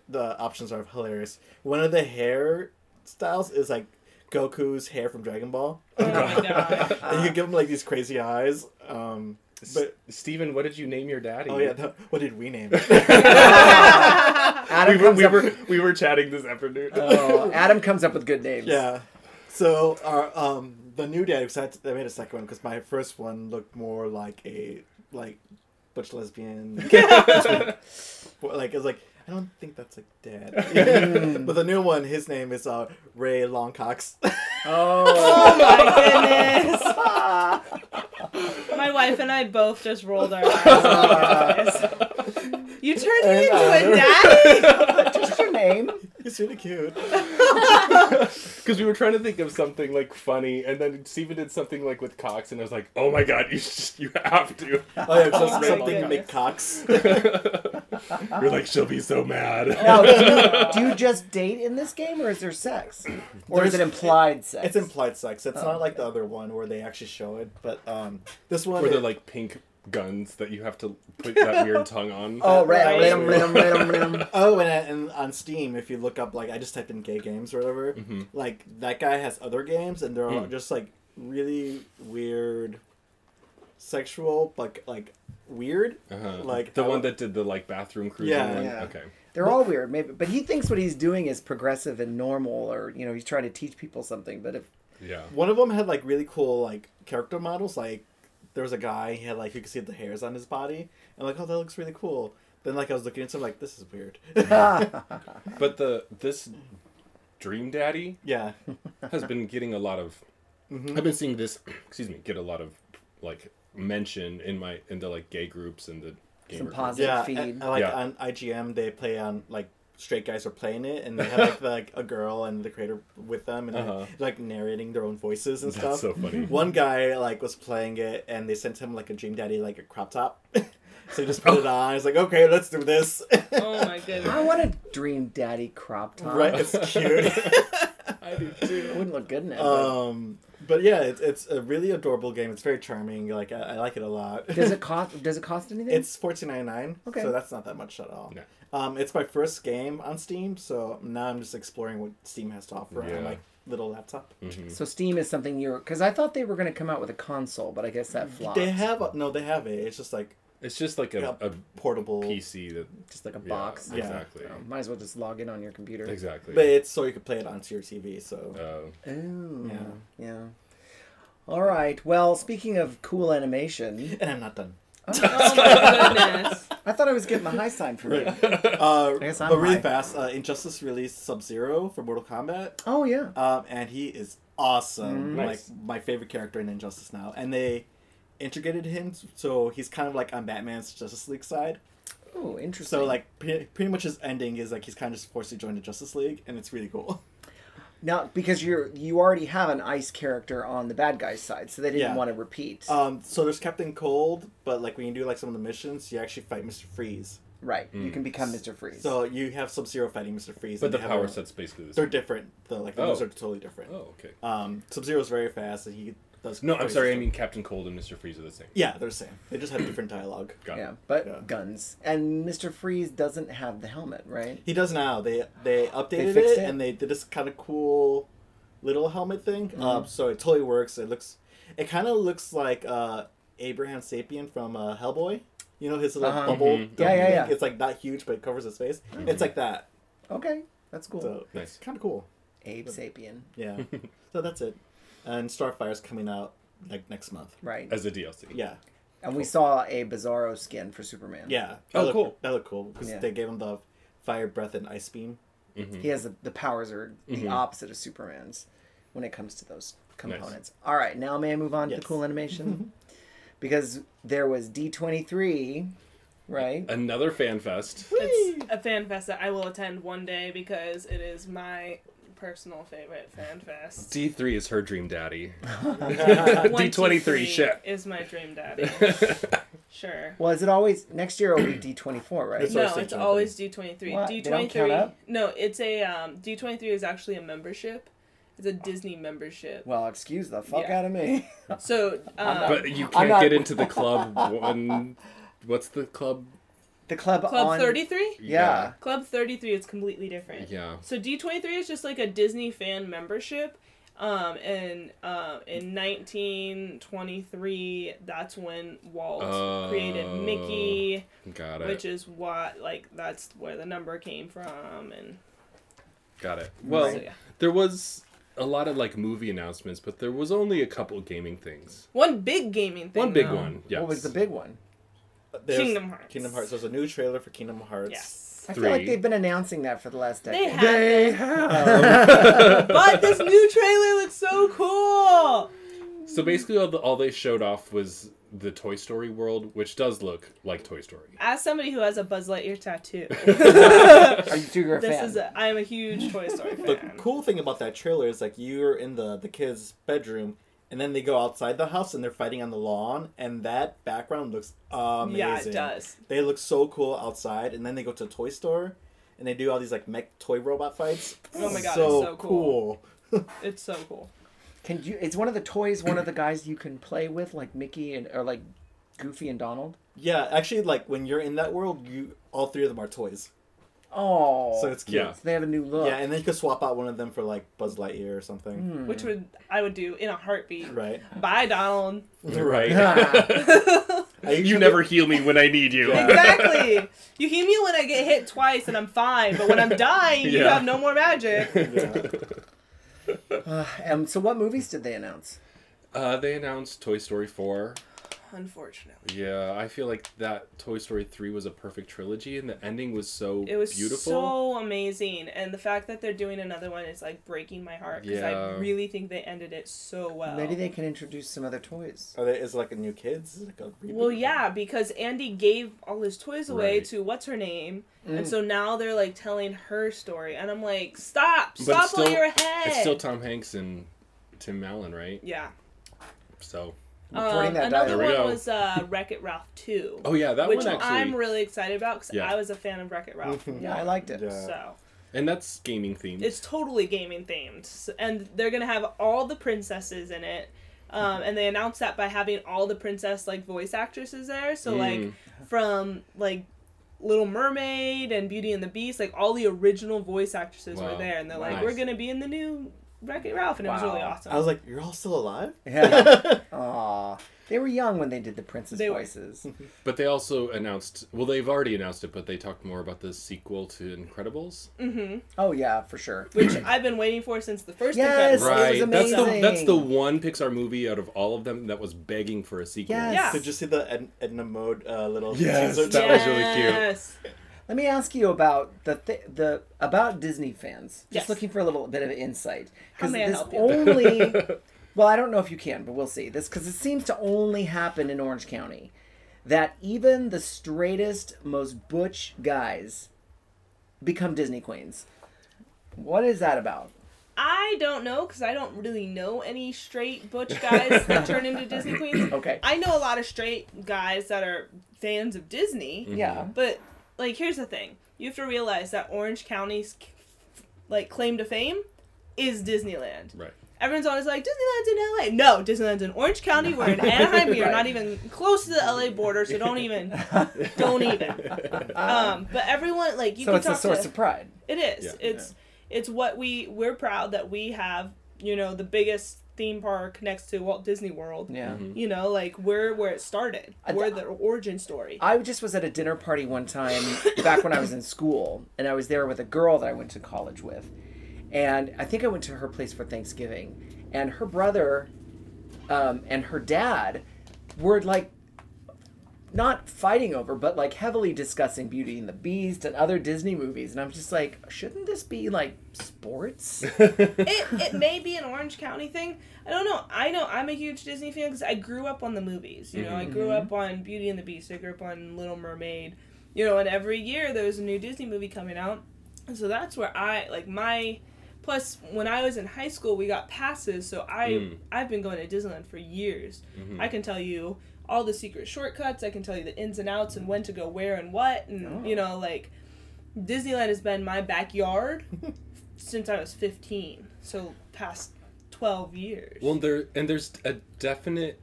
S1: the options are hilarious. One of the hair styles is like Goku's hair from Dragon Ball, [laughs]
S4: Oh my
S2: [laughs]
S4: god.
S1: and you give him like these crazy eyes. Um, but
S3: S- Steven, what did you name your daddy?
S1: oh yeah, no, what did we name? It?
S2: Adam
S3: [laughs] we were,
S1: [laughs]
S2: comes
S3: we
S2: up-
S3: were we were chatting this afternoon.
S1: Uh.
S3: [laughs]
S2: Oh, Adam comes up with good names.
S1: Yeah. So our um the new dad because I, had to- I made a second one because my first one looked more like a like butch lesbian like it was like I don't think that's a dad but the new one his name is uh Ray Longcox [laughs]
S2: Oh.
S4: Oh my goodness. [laughs] My wife and I both just
S2: [laughs]
S4: rolled our eyes. you turned me
S2: uh,
S4: into
S2: [laughs]
S4: a daddy?
S2: Just your name.
S1: he's really cute Oh,
S3: Because we were trying to think of something like funny, and then Steven did something like with Cox, and I was like, "Oh my god, you [laughs] just, you have to."
S1: oh yeah 'cause
S4: Oh my
S1: something
S4: goodness.
S1: McCox Uh-huh.
S3: You're like, she'll be so mad. [laughs]
S2: Now, do you, do you just date in this game, or is there sex, or is
S1: There's-
S2: it implied sex?
S1: it's implied sex it's not like the other one where they actually show it but um this one
S3: Were there like pink guns that you have to put
S1: [laughs]
S3: that weird tongue on?
S2: Oh, right.
S4: Right.
S2: Rim, rim, rim, rim.
S1: Oh, and, and on Steam, if you look up, like, I just typed in gay games or whatever,
S3: Mm-hmm.
S1: like, that guy has other games, and they're all
S3: Hmm.
S1: just, like, really weird, sexual, but, like, weird.
S3: Uh-huh.
S1: Like,
S3: the
S1: I-
S3: one that did the like bathroom cruising.
S1: Yeah.
S3: one?
S2: Yeah.
S3: Okay.
S2: They're all weird, maybe. But he thinks what he's doing is progressive and normal, or you know, he's trying to teach people something. But if
S3: Yeah.
S1: One of them had, like, really cool, like, character models. Like, there was a guy, he had, like, you could see the hairs on his body, and, like, oh, that looks really cool. Then, like, I was looking at some, like, this is weird. [laughs]
S2: Ah.
S3: But the this dream daddy
S1: yeah. Uh-huh.
S3: has been getting a lot of.
S1: Mm-hmm.
S3: I've been seeing this. [clears throat] Excuse me. Get a lot of like mention in my in the like gay groups and the gamer
S2: some
S3: groups.
S2: positive
S1: Yeah.
S2: feed,
S1: And, and, like,
S3: Yeah.
S1: on IGM, they play on, like, straight guys are playing it and they have
S3: [laughs]
S1: like, the, like a girl and the creator with them and
S3: Uh-huh.
S1: like, like narrating their own voices and
S3: That's
S1: stuff
S3: so funny.
S1: One guy like was playing it, and they sent him like a Dream Daddy like a crop top, [laughs] So you just put it
S3: Oh.
S1: on. It's like, okay, let's do this. [laughs]
S4: Oh my
S2: I
S4: goodness.
S2: want a dream daddy crop top.
S1: right?
S3: [laughs]
S1: It's cute.
S3: I do
S2: It
S3: too.
S2: wouldn't look good in it. but-
S1: um, but yeah, it's it's a really adorable game. It's very charming. Like I, I like it a lot.
S2: does it cost? Does it cost anything?
S1: It's fourteen ninety nine.
S2: Okay.
S1: So that's not that much at all.
S3: No.
S1: Um, it's my first game on Steam, so now I'm just exploring what Steam has to offer
S3: Yeah. Mm-hmm.
S1: on my little laptop.
S2: so Steam is something you're because I thought they were going to come out with a console, but I guess that flopped.
S1: They have a, no, they have it. It's just like
S3: It's just like
S1: a,
S3: a, a
S1: portable
S3: PC that.
S2: just like a
S3: yeah,
S2: box.
S1: Yeah.
S3: Exactly.
S2: Oh, might as well just log in on your computer.
S3: Exactly.
S1: but it's so you could play it onto your TV. So
S3: Uh,
S2: Oh, yeah.
S1: Yeah.
S2: All right. Well, speaking of cool [laughs] animation,
S1: and I'm not
S3: [laughs]
S1: done.
S4: Oh my goodness.
S2: I thought I was getting the high sign for you.
S1: Uh,
S2: guess I'm
S1: but really
S2: high.
S1: fast, uh, Injustice released Sub Zero for Mortal Kombat,
S2: Oh yeah.
S1: um, and he is awesome.
S3: Mm.
S1: Like
S3: Nice.
S1: my favorite character in Injustice now, and they integrated him, so he's kind of like on Batman's Justice League side.
S2: Oh, interesting.
S1: So like pre- pretty much his ending is like he's kind of just forced to join the Justice League, and it's really cool. [laughs]
S2: now because you're you already have an ice character on the bad guy's side, so they didn't
S1: Yeah.
S2: want to repeat.
S1: Um, so there's Captain Cold, but like when you do like some of the missions, you actually fight Mister Freeze.
S2: right. You can become Mr. Freeze.
S1: mm. So you have Sub Zero fighting Mister Freeze,
S3: but
S1: and
S3: the
S1: you have
S3: power
S1: a-
S3: set's basically the
S1: they're
S3: same.
S1: different though. Like the
S3: Oh.
S1: moves are totally different.
S3: Oh, okay.
S1: Um, Sub Zero's very fast, and he does.
S3: No, I'm
S1: crazy
S3: sorry. I
S1: stuff.
S3: mean, Captain Cold and Mr. Freeze are the same.
S1: yeah, they're the same. They just have different dialogue.
S3: Got
S2: yeah,
S3: it.
S2: but
S1: Yeah.
S2: guns and Mr. Freeze doesn't have the helmet, right?
S1: He does now. They they updated it,
S2: fixed it?
S1: and they did this kind of cool little helmet thing.
S2: Mm-hmm.
S1: Um, so it totally works. It looks, it kind of looks like uh, Abraham Sapien from uh, Hellboy. You know his little
S2: Uh-huh.
S1: bubble.
S3: Mhm.
S1: dome
S2: Yeah, yeah,
S1: thing?
S2: yeah. Mm-hmm.
S1: It's like not huge, but it covers his face. It's like that.
S2: Okay, that's cool.
S1: So it's
S3: Nice.
S1: kind of cool.
S2: Abe Sapien,
S1: Yeah. so that's it. And Starfire's coming out like next month.
S2: right?
S3: As a DLC.
S1: Yeah.
S2: and we saw a Bizarro skin for Superman.
S1: Yeah.
S3: Oh,
S1: looked-
S3: cool.
S1: That looked cool because
S2: Yeah.
S1: they gave him the fire breath and ice beam.
S2: He has the, the powers are the opposite of Superman's when it comes to those components. All right, now may I move on to
S1: Yes.
S2: the
S1: [laughs]
S2: cool animation? because there was D23, right?
S3: Another fan fest.
S4: It's a fan fest that I will attend one day because it is my personal favorite fan fest.
S3: D3 is her dream daddy.
S2: Uh,
S4: One, two,
S3: D23
S4: three
S3: shit.
S4: Is my dream daddy. Sure.
S2: Well, is it always next year will be D24, right?
S1: That's what I was
S4: No, it's
S1: thinking.
S4: always D twenty three.
S2: What? They
S4: D
S2: don't
S4: twenty
S2: count
S4: three.
S2: up?
S4: No, it's a um, D twenty three is actually a membership. It's a Disney membership.
S2: Well, excuse the fuck
S4: Yeah.
S2: out of me. [laughs]
S4: So um,
S3: But you
S2: I'm
S3: can't
S2: not- [laughs]
S3: get into the club one. What's the club?
S2: the club, on
S4: Club thirty three.
S2: Yeah.
S4: Club thirty three is completely different.
S3: Yeah.
S4: So D twenty three is just like a Disney fan membership. Um, and um, in 1923, that's when Walt created
S3: Oh.
S4: Mickey,
S3: Got it.
S4: which is what like that's where the number came from, and
S3: Got it. Well,
S4: So, yeah.
S3: there was a lot of like movie announcements, but there was only a couple gaming things.
S4: one big gaming thing.
S3: One big
S4: though.
S3: one. Yes.
S2: What was the big one?
S1: There's
S4: Kingdom Hearts.
S1: Kingdom Hearts. There's a new trailer for Kingdom Hearts.
S4: Yes.
S2: I feel like
S3: Three.
S2: they've been announcing that for the last decade.
S4: They have. They have. but this new trailer looks so cool.
S3: So basically, all, the, all they showed off was the Toy Story world, which does look like Toy Story.
S4: As somebody who has a Buzz Lightyear tattoo,
S2: Are you two a
S4: [laughs] this
S2: fan?
S4: is a, I'm a huge Toy Story fan.
S1: The cool thing about that trailer is like you're in the the kid's bedroom, and then they go outside the house and they're fighting on the lawn, and that background looks amazing.
S4: Yeah, it does.
S1: They look so cool outside, and then they go to a toy store, and they do all these like mech toy robot fights.
S4: Oh my God, it's so cool.
S1: cool.
S4: It's so cool.
S2: Can you? It's one of the toys. One of the guys you can play with, like Mickey and or like Goofy and Donald.
S1: Yeah, actually, like when you're in that world, you all three of them are toys,
S2: Oh,
S1: so it's cute.
S2: [laughs]
S3: Yeah.
S2: So they have a new look.
S1: Yeah, and then you could swap out one of them for like Buzz Lightyear or something,
S4: Which would I would do in a heartbeat.
S1: right?
S4: Bye, Donald.
S3: Right.
S1: I
S3: [laughs] you
S1: usually-
S3: never heal me when I need you.
S1: Yeah.
S4: Exactly. you hear me when I get hit twice and I'm fine, but when I'm dying, you
S3: Yeah.
S4: have no more
S1: [laughs]
S4: magic.
S1: [laughs]
S3: [laughs]
S1: Yeah.
S2: um, so what movies did they announce?
S3: Uh, they announced Toy Story 4.
S4: Unfortunately,
S3: Yeah, I feel like that Toy Story 3 was a perfect trilogy, and the ending was so
S4: it was
S3: beautiful.
S4: so amazing, and the fact that they're doing another one is like breaking my heart because I
S3: Yeah.
S4: really think they ended it so well.
S2: Maybe they can introduce some other toys.
S1: Are there, is it like a new kids? Like a reboot? [laughs]
S4: Well, yeah, because Andy gave all his toys away
S3: Right. Mm.
S4: to what's her name, and so now they're like telling her story, and I'm like, stop,
S3: it's
S4: stop while
S3: still-
S4: you're ahead.
S3: It's still Tom Hanks and Tim Allen, right?
S4: yeah,
S3: So
S2: Reporting
S4: Um,
S2: that
S4: another
S3: diary.
S2: diary.
S4: one
S3: There we go. [laughs]
S4: was uh, Wreck It Ralph 2.
S3: Oh yeah, that
S4: which
S3: one actually.
S4: I'm really excited about because
S3: Yeah.
S4: I was a fan of Wreck It Ralph.
S3: [laughs]
S2: Yeah, I liked it.
S1: Yeah.
S4: So
S3: and that's gaming themed.
S4: it's totally gaming themed, S- and they're gonna have all the princesses in it. Um, and they announced that by having all the princess like voice actresses there. So
S3: Mm.
S4: like from like Little Mermaid and Beauty and the Beast, like all the original voice actresses
S3: Wow.
S4: were there, and they're like,
S3: Nice.
S4: "We're gonna be in the new Wreck It Ralph," and it was
S2: Wow.
S4: really awesome.
S1: I was like, you're all still alive?
S2: Yeah. Aw. They were young when they did the princess
S4: They were.
S2: voices.
S3: But they also announced. Well, they've already announced it, but they talked more about the sequel to
S4: [laughs]
S3: Incredibles.
S2: Oh yeah, for sure.
S4: which I've been waiting for since the first.
S2: Yes!
S4: Incredibles.
S2: Right. was
S3: That's the that's the
S2: amazing.
S3: one Pixar movie out of all of them that was begging for a sequel.
S2: Yes.
S4: Yeah.
S1: Did you see the Ed- Edna Mode uh, little
S3: Yes,
S1: teaser?
S3: that was really cute.
S4: Yes.
S2: Let me ask you about the th- the about Disney fans. Just
S4: Yes.
S2: looking for a little bit of insight
S4: How may I
S2: this
S4: help you?
S2: only.
S4: [laughs]
S2: well, I don't know if you can, but we'll see. This because it seems to only happen in Orange County, that even the straightest, most butch guys become Disney queens. What is that about?
S4: I don't know because I don't really know any straight butch guys that turn into Disney queens.
S2: Okay.
S4: I know a lot of straight guys that are fans of Disney,
S2: Yeah.
S4: but like here's the thing: you have to realize that Orange County's like claim to fame is Disneyland.
S3: Right.
S4: Everyone's always like Disneyland's in LA. No, Disneyland's in Orange County. We're in Anaheim. We are not even close to the LA border, so don't even, don't even. Um, but everyone like you
S2: so
S4: can
S2: it's a
S4: talk
S2: source
S4: to,
S2: of pride.
S4: it is.
S3: Yeah.
S4: It's it's what we we're proud that we have. You know, the biggest theme park next to Walt Disney World.
S2: Yeah.
S4: You know, like we're where it started.
S2: I-
S4: we're the
S2: [laughs]
S4: origin story.
S2: I just was at a dinner party one time back when I was in school, and I was there with a girl that I went to college with. And I think I went to her place for Thanksgiving, and her brother um, and her dad were like not fighting over, but like heavily discussing Beauty and the Beast and other Disney movies. And I'm just like, shouldn't this be like
S3: [laughs]
S2: sports?
S4: it, it may be an Orange County thing. I don't know. I know I'm a huge Disney fan because I grew up on the movies. You know,
S2: Mm-hmm.
S4: I grew up on Beauty and the Beast. I grew up on Little Mermaid. You know, and every year there was a new Disney movie coming out. And so that's where I like my. Plus, when I was in high school, we got passes, so I
S3: Hmm.
S4: I've been going to Disneyland for years.
S3: Mm-hmm.
S4: I can tell you all the secret shortcuts. I can tell you the ins and outs and when to go where and what, and you know, like Disneyland has been my backyard since I was 15. So past 12 years.
S3: Well, there and there's a definite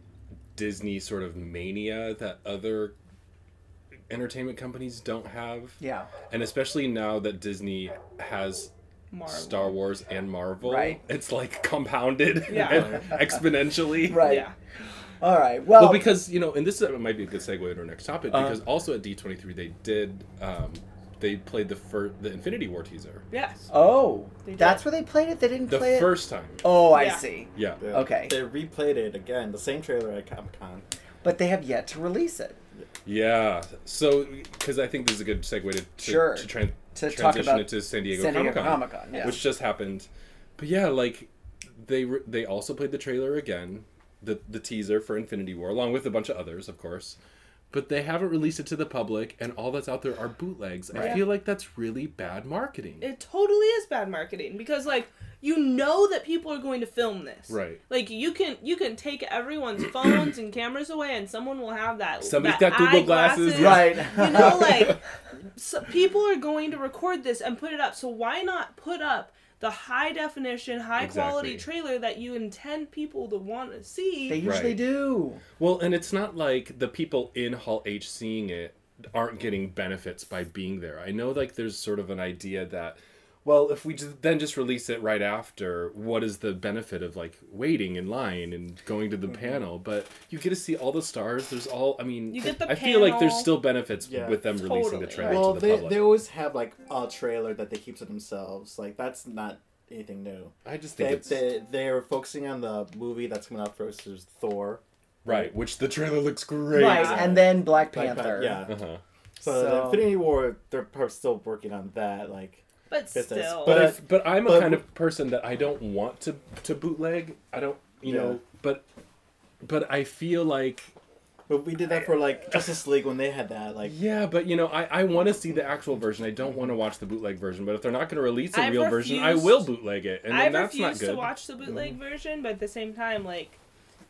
S3: Disney sort of mania that other entertainment companies don't have.
S2: yeah.
S3: And especially now that Disney has
S4: Marvel.
S3: Star Wars and Marvel,
S2: Right.
S3: it's like compounded [laughs]
S4: Yeah.
S3: and exponentially.
S2: Right.
S4: Yeah.
S2: All right. Well,
S3: Well, because you know, and this is- might be a good segue into our next topic
S2: Uh-huh.
S3: because also at D twenty three they did um, they played the first the Infinity War teaser
S4: Yes.
S2: oh,
S4: did.
S2: that's where they played it. They didn't
S3: the
S2: play
S3: first time.
S2: it. Oh, I
S4: Yeah.
S2: see.
S3: Yeah.
S1: Yeah.
S2: Okay.
S1: They replayed it again, the same trailer at Comic Con.
S2: But they have yet to release it.
S3: Yeah. So, because I think this is a good segue to, to,
S2: Sure.
S3: to, tran-
S2: To talk
S3: transition
S2: about
S3: it to San Diego
S2: San Diego
S3: Comic Con,
S2: Comic-Con, yeah.
S3: which just happened. But yeah, like they re- they also played the trailer again, the the teaser for Infinity War, along with a bunch of others, of course. But they haven't released it to the public, and all that's out there are bootlegs. I feel like that's really bad marketing.
S4: It totally is bad marketing because like you know that people are going to film this.
S3: Right.
S4: Like you can you can take
S3: [clears throat]
S4: everyone's phones and cameras away and someone will have that
S3: Somebody's
S4: that
S3: got Google
S4: eyeglasses.
S3: glasses.
S2: Right.
S4: [laughs] You know like so people are going to record this and put it up. So why not put up the high definition, high quality
S3: Exactly.
S4: trailer that you intend people to want to see?
S2: They usually
S3: Right.
S2: do.
S3: Well, and it's not like the people in Hall H seeing it aren't getting benefits by being there. I know like there's sort of an idea that well, if we just then just release it right after, what is the benefit of like waiting in line and going to the
S1: Mm-hmm.
S3: panel? But you get to see all the stars. There's all I mean,
S4: You get the
S3: I feel like there's
S4: panel.
S3: still benefits
S1: Yeah.
S3: with them releasing the
S4: Totally.
S3: trailer
S1: Well,
S3: to the
S1: they,
S3: public.
S1: they always have like a trailer that they keep to themselves. Like that's not anything new.
S3: I just think
S1: They,
S3: it's
S1: they, they're focusing on the movie that's coming out first, which is Thor.
S3: right, which the trailer looks great.
S2: Right.
S1: Yeah.
S2: And then Black
S1: Like,
S2: Panther.
S1: yeah.
S3: Uh-huh.
S1: So,
S2: So-
S1: the Infinity War, they're probably still working on that. Like,
S4: But
S1: business.
S4: still,
S3: But
S1: But-
S3: if, but I'm a
S1: but-
S3: kind of person that I don't want to to bootleg. I don't, you
S1: Yeah.
S3: know, but but I feel like
S1: but we did that for like Justice League when they had that. Like,
S3: yeah, but you know, I I want to see the actual version. I don't want to watch the bootleg version. But if they're not going to release a
S4: I've
S3: real version, I
S4: refused-
S3: will bootleg it, and
S4: I
S3: then that's not
S4: refuse
S3: good.
S4: to watch the bootleg version, but at the same time, like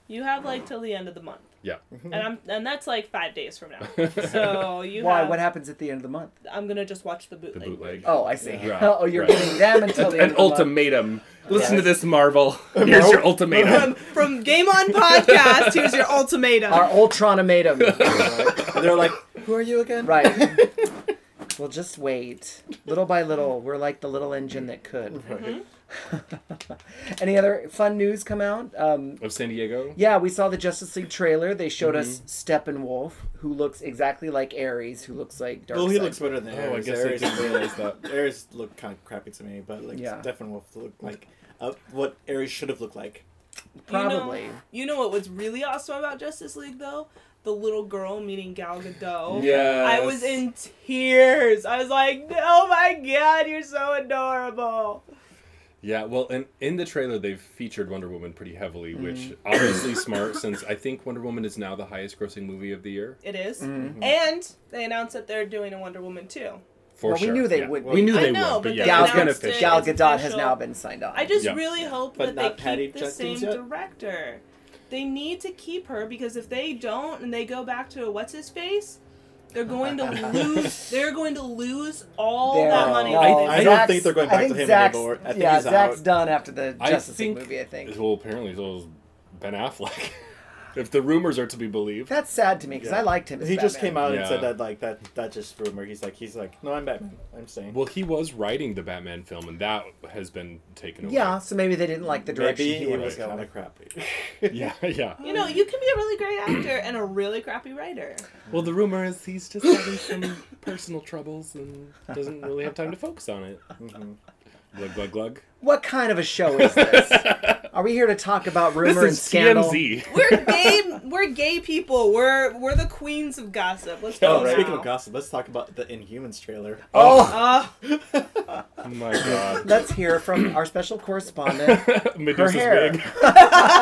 S4: You have like till the end of the month,
S3: Yeah.
S4: and I'm and that's like five days
S3: [laughs]
S4: from now. So you
S2: Why?
S4: have.
S2: What happens at the end of the month?
S4: I'm gonna just watch the bootleg.
S3: The bootleg.
S2: Oh, I see.
S3: Yeah.
S2: [laughs] Oh, you're
S3: Right.
S2: giving them until the end
S3: An
S2: of the month.
S3: ultimatum. Listen to
S1: [laughs]
S3: this, Marvel. Here's your ultimatum.
S4: [laughs] From, from Game On Podcast, here's your ultimatum.
S2: Our ultronimatum.
S1: And they're
S3: [laughs]
S1: like, who are you again?
S2: right. Well, just wait. Little by little, we're like the little engine that could. Any other fun news come out? Um,
S3: Of San Diego.
S2: yeah, we saw the Justice League trailer. They showed us Steppenwolf, who looks exactly like Ares, who looks like Dark.
S1: Well, he looks better than Ares.
S3: Oh, I guess I
S1: Ares,
S3: didn't realize that.
S1: Ares looked kind of crappy to me, but like
S2: Yeah.
S1: Stephen Wolf looked like uh, what Ares should have looked like.
S2: probably.
S4: You know, you know what was really awesome about Justice League though? The little girl meeting Gal Gadot.
S3: Yes.
S4: I was in tears. I was like, "Oh my god, you're so adorable."
S3: Yeah, well, and in the trailer they've featured Wonder Woman pretty heavily,
S4: Mm.
S3: which obviously smart since I think Wonder Woman is now the highest-grossing movie of the year.
S4: It is.
S2: Mm-hmm.
S4: And they announced that they're doing a Wonder Woman too.
S3: For
S2: Well, we
S3: sure,
S2: knew they
S3: yeah.
S2: would
S3: We
S2: be.
S3: knew
S4: I
S3: they
S4: know,
S3: would,
S4: but
S3: but yeah,
S4: they
S2: Gal,
S3: it's been
S4: announced it.
S3: official.
S2: Gal
S4: It's
S2: Gadot has
S4: official.
S2: now been signed on.
S4: I just
S3: Yeah.
S4: really hope
S1: But
S4: that
S1: not
S4: they
S1: Patty
S4: keep the
S1: Jenkins
S4: same
S1: yet?
S4: director. They need to keep her because if they don't and they go back to what's his face, they're going to lose. They're going to lose all
S2: They're-
S4: that money.
S1: no,
S4: that
S1: I-
S4: they've
S1: I don't
S4: spent.
S2: Zack's-
S1: think they're going back
S2: I think
S1: to him
S2: Zack's-
S1: anymore. I think
S2: yeah,
S1: he's
S2: Zach's
S1: out.
S2: done after the
S3: I
S2: Justice
S3: think-
S2: League movie. I think
S3: Well, apparently so is Ben Affleck, [laughs] if the rumors are to be believed.
S2: that's sad to me because
S1: Yeah.
S2: I liked him. As
S1: He just
S2: Batman.
S1: came out
S3: Yeah.
S1: and said that like that that just rumor. He's like he's like no, I'm Batman. I'm saying.
S3: Well, he was writing the Batman film, and that has been taken away.
S2: Yeah, so maybe they didn't like the direction
S1: Maybe
S2: he
S1: it
S2: wanted
S1: was
S2: to go.
S1: kind
S2: with.
S1: of crappy.
S3: [laughs] yeah, yeah.
S4: You know, you can be a really great actor and a really crappy writer.
S3: Well, the rumor is he's just having [laughs] some personal troubles and doesn't really have time to focus on it. Mm-hmm. Glug glug glug.
S2: What kind of a show
S1: [laughs]
S2: is this? Are we here to talk about rumor and scandal?
S3: TMZ.
S4: We're gay. we're gay people. We're we're the queens of gossip. Let's go
S1: Oh, speaking
S4: now.
S1: of gossip, let's talk about the Inhumans trailer.
S2: Oh,
S4: Oh,
S3: Oh [laughs] my god.
S2: let's
S1: [clears throat]
S2: hear from our special correspondent.
S3: Medusa's
S2: hair. [laughs]
S3: wig. Did you,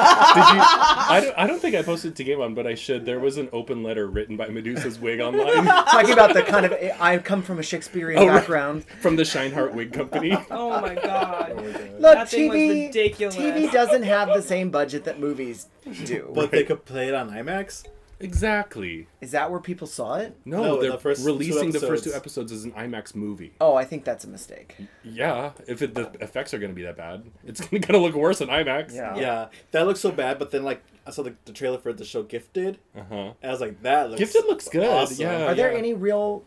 S3: I, don't, I don't think I posted it to Game On, but I should. There was an open letter written by Medusa's wig
S2: [laughs]
S3: online
S2: Talking about the kind of I come from a Shakespearean
S3: Oh, right.
S2: background.
S3: from the Shineheart Wig Company.
S4: oh
S3: [laughs]
S4: my god.
S2: Look,
S4: That thing was
S2: TV
S4: ridiculous.
S2: TV doesn't have the same budget
S1: [laughs]
S2: that movies do.
S1: But they could play it on IMAX.
S3: Exactly.
S2: Is that where people saw it?
S3: No,
S1: No,
S3: they're
S1: the first two
S3: releasing the first two
S1: episodes.
S3: episodes as an IMAX movie.
S2: Oh, I think that's a mistake.
S3: Yeah, if it, the effects are going to be that bad, it's [laughs] going to look worse in IMAX.
S2: Yeah.
S1: Yeah, that looks so bad. But then like I saw the, the trailer for the show Gifted,
S3: Uh huh.
S1: and I was like, that looks
S3: Gifted looks good,
S1: awesome.
S3: yeah.
S2: Are there any real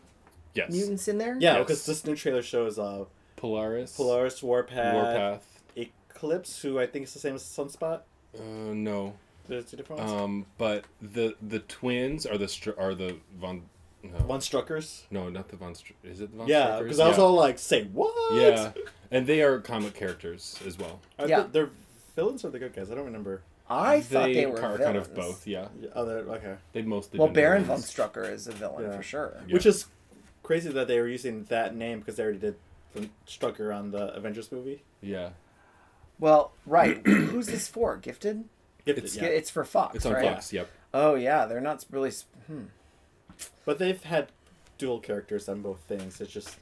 S3: Yes.
S2: mutants in there?
S1: Yeah,
S3: Yes.
S1: because this new trailer shows uh,
S3: Polaris.
S1: Polaris Warpath,
S3: Warpath.
S1: Eclipse, who I think is the same as Sunspot.
S3: Uh, no.
S1: There's two different ones.
S3: Um, but the the twins are the str- are the von. No.
S1: One Struckers.
S3: No, not the Von. Str- is it the Von?
S1: Yeah,
S3: Struckers?
S1: because I was
S3: Yeah.
S1: all like, say what? [laughs]
S3: Yeah, and they are comic characters as well.
S1: Are
S2: Yeah.
S1: They, they're villains or the good guys? I don't remember.
S2: I thought they were
S3: are kind of
S2: villains.
S3: both. Yeah,
S1: Yeah, Oh, they're okay.
S3: they've mostly.
S2: Well,
S3: been
S2: Baron von
S3: villains.
S2: Strucker is a villain
S1: Yeah.
S2: for sure.
S3: Yeah.
S1: Which is crazy that they were using that name because they already did von Strucker on the Avengers movie.
S3: Yeah,
S2: Well,
S3: [clears throat]
S2: right. Who's this for? Gifted?
S1: Gifted,
S2: It's
S1: yeah.
S2: it's for Fox,
S3: it's on
S2: right?
S3: Fox. Yep.
S2: Oh yeah, they're not really. s- Hmm.
S1: But they've had dual characters on both things. It's just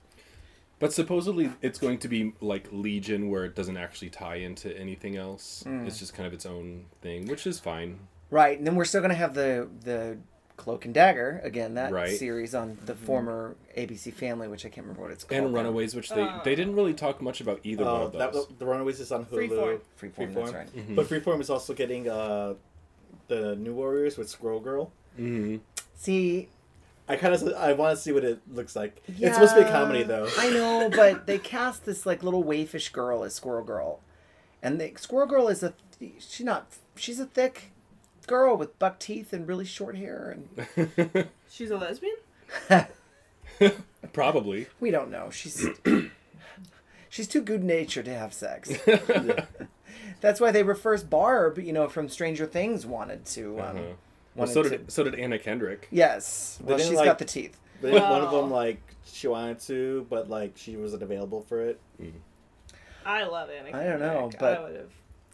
S3: But supposedly it's going to be like Legion, where it doesn't actually tie into anything else.
S2: Hmm.
S3: It's just kind of its own thing, which is fine.
S2: Right, and then we're still gonna have the the Cloak and Dagger again. That
S3: Right. Mm-hmm.
S2: series on the former ABC Family, which I can't remember what it's called.
S3: And
S2: now.
S3: Runaways, which they they didn't really talk much about either one
S1: uh,
S3: of those.
S1: that, the Runaways is on Hulu.
S4: Freeform.
S2: Freeform, that's right.
S3: Mm-hmm.
S1: But Freeform is also getting uh, the New Warriors with Squirrel Girl.
S2: See,
S1: I kind of I want to see what it looks like. It's supposed to be a
S2: yeah,
S1: comedy though.
S2: I know, but [laughs] they cast this like little waifish girl as Squirrel Girl, and the Squirrel Girl is a she's not she's a thick girl with buck teeth and really short hair, and
S4: She's a lesbian.
S2: [laughs]
S3: Probably.
S2: we don't know. She's [clears throat] she's too good natured to have sex. [laughs] That's why they refer Barb, you know, from Stranger Things, wanted to. Um,
S3: Uh-huh. Well,
S2: wanted
S3: so
S2: to-
S3: did so did Anna Kendrick.
S2: Yes. Well,
S1: didn't
S2: she's
S1: like-
S2: got the teeth.
S1: But one of them like she wanted to, but like she wasn't available for it.
S4: I love Anakin.
S2: I don't know,
S4: I
S2: but-
S4: would have.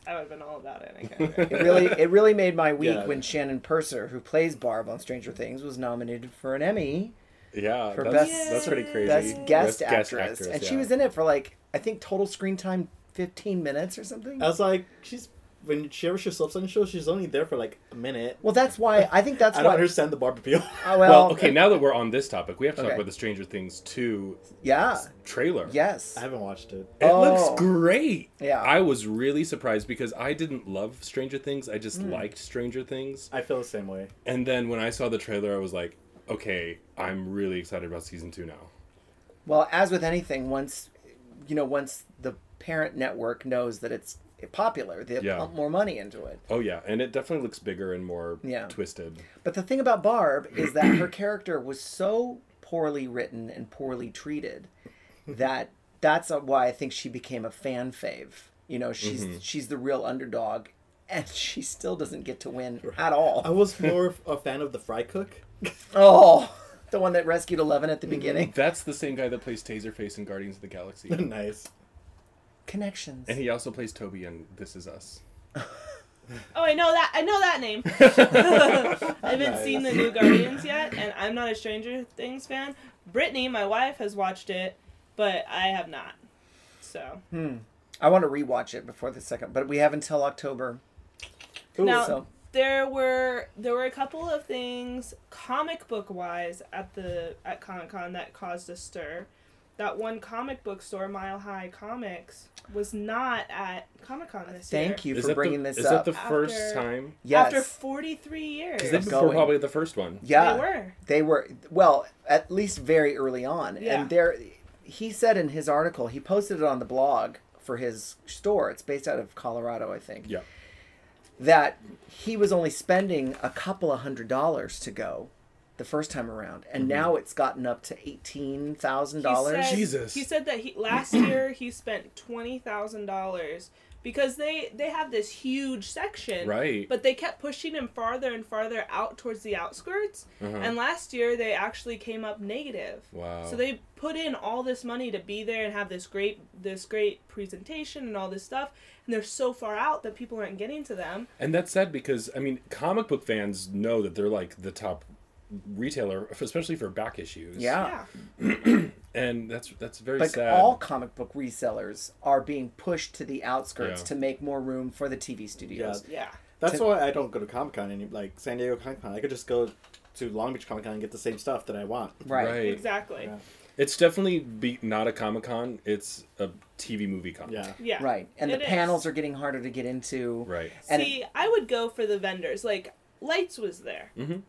S4: I would have been all about Anakin.
S2: It really, it really made my week
S1: Yeah.
S2: when Shannon Purser, who plays Barb on Stranger Things, was nominated for an Emmy
S3: Yeah,
S2: For
S3: that's,
S2: best-
S3: that's pretty crazy.
S2: Best Guest Actress, and she
S3: yeah.
S2: was in it for like I think total screen time fifteen minutes or something.
S1: I was like, she's when she ever she slips on the show, she's only there for like a minute.
S2: Well, that's why I think that's
S1: I
S2: why.
S1: don't understand the Barb
S2: [laughs]
S1: appeal.
S2: Oh, well,
S3: Well, okay, now that we're on this topic, we have to
S2: Okay.
S3: talk about the Stranger Things 2
S2: Yeah.
S3: trailer.
S2: Yes.
S1: I haven't watched it.
S3: It
S2: Oh.
S3: looks great.
S2: Yeah.
S3: I was really surprised because I didn't love Stranger Things. I just
S2: Mm.
S3: liked Stranger Things.
S1: I feel the same way.
S3: And then when I saw the trailer, I was like, okay, I'm really excited about season two now.
S2: Well, as with anything, once you know, once the parent network knows that it's popular, they
S3: Yeah.
S2: pump more money into it.
S3: Oh, yeah. And it definitely looks bigger and more
S2: Yeah.
S3: twisted.
S2: But the thing about Barb is that her [clears throat] character was so poorly written and poorly treated that that's why I think she became a fan fave. You know, she's
S3: Mm-hmm.
S2: she's the real underdog, [laughs] and she still doesn't get to win at all.
S3: Oh.
S1: I was more of a fan of the Fry Cook.
S2: Oh, the one that rescued Eleven at the
S3: Mm-hmm.
S2: beginning.
S3: That's the same guy that plays Taserface in Guardians of
S2: [laughs]
S3: the
S1: [laughs]
S3: Galaxy.
S1: nice.
S2: Connections.
S3: and he also plays Toby in This Is Us.
S4: Oh, I know that. I know that name. I haven't seen the new Guardians yet, and I'm not a Stranger Things fan. Brittany, my wife, has watched it, but I have not. So
S2: I want to rewatch it before the second, but we have until October.
S4: now
S2: so-
S4: there were there were a couple of things comic book wise at the at Comic Con that caused a stir. That one comic book store, Mile High Comics, was not at Comic Con this year.
S2: Thank you
S3: Is
S2: for
S3: that
S2: bringing
S3: the,
S2: this
S3: is
S2: up.
S3: that the first
S4: After-
S3: time?
S2: yes.
S4: After 43 years,
S3: Is
S4: they
S3: that
S2: I'm
S3: before
S2: going.
S3: probably the first one?
S2: yeah.
S4: were.
S2: They were well, at least very early on.
S4: Yeah.
S2: And there he said in his article, he posted it on the blog for his store. It's based out of Colorado, I think.
S3: Yeah.
S2: That he was only spending a couple of hundred dollars to go the first time around. And
S3: Mm-hmm.
S2: now it's gotten up to eighteen thousand
S4: He
S2: dollars.
S4: said-
S3: Jesus.
S4: He said that he last year he spent twenty thousand dollars because they they have this huge section,
S3: Right.
S4: But they kept pushing him farther and farther out towards the outskirts, and last year they actually came up negative.
S3: Uh-huh. Wow.
S4: So they put in all this money to be there and have this great this great presentation and all this stuff, and they're so far out that people aren't getting to them.
S3: And that's sad because I mean, comic book fans know that they're like the top retailer, especially for back issues.
S2: Yeah.
S4: Yeah,
S3: and that's that's very
S2: But
S3: sad.
S2: all comic book resellers are being pushed to the outskirts
S3: Yeah.
S2: to make more room for the TV studios.
S4: yeah.
S1: That's why I don't go to Comic Con any like San Diego Comic Con. I could just go to Long Beach Comic Con and get the same stuff that I want.
S2: Right.
S4: Exactly.
S1: Yeah.
S3: It's definitely be, not a comic con. It's a TV movie con.
S1: Yeah.
S4: Yeah.
S2: Right. And
S4: It
S2: the
S4: is.
S2: panels are getting harder to get into.
S3: Right.
S2: And
S4: See, I would go for the vendors. Like Lights was there. Mm-hmm.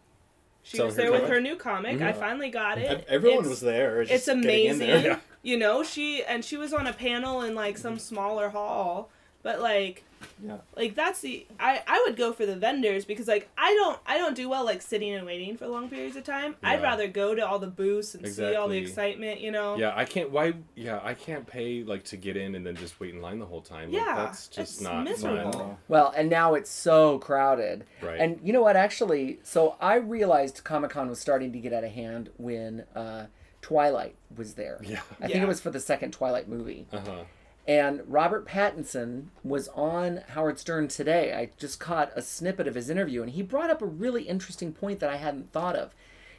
S4: She
S3: Selling
S4: was
S3: her
S4: there with
S3: comic?
S4: her new comic. I finally got it.
S1: Ev- Everyone
S4: It's-
S1: was there. It's,
S4: It's
S1: just getting in
S4: amazing.
S1: there.
S4: You know, she and she was on a panel in like some smaller hall, but like
S1: [laughs] Yeah.
S4: like that's the I I would go for the vendors because like I don't I don't do well like sitting and waiting for long periods of time. I'd
S3: Yeah.
S4: rather go to all the booths and see all the
S3: Exactly.
S4: excitement, you know.
S3: Yeah, I can't. Why? Yeah, I can't pay like to get in and then just wait in line the whole time. Like,
S4: Yeah,
S3: that's just
S4: it's
S3: not
S4: miserable.
S3: fun.
S2: Well, and now it's so crowded.
S3: Right.
S2: And you know what? Actually, so I realized Comic Con was starting to get out of hand when uh, Twilight was there.
S3: Yeah.
S2: I think
S4: Yeah.
S2: it was for the second Twilight movie.
S3: Uh huh.
S2: And Robert Pattinson was on Howard Stern today. I just caught a snippet of his interview, and he brought up a really interesting point that I hadn't thought of.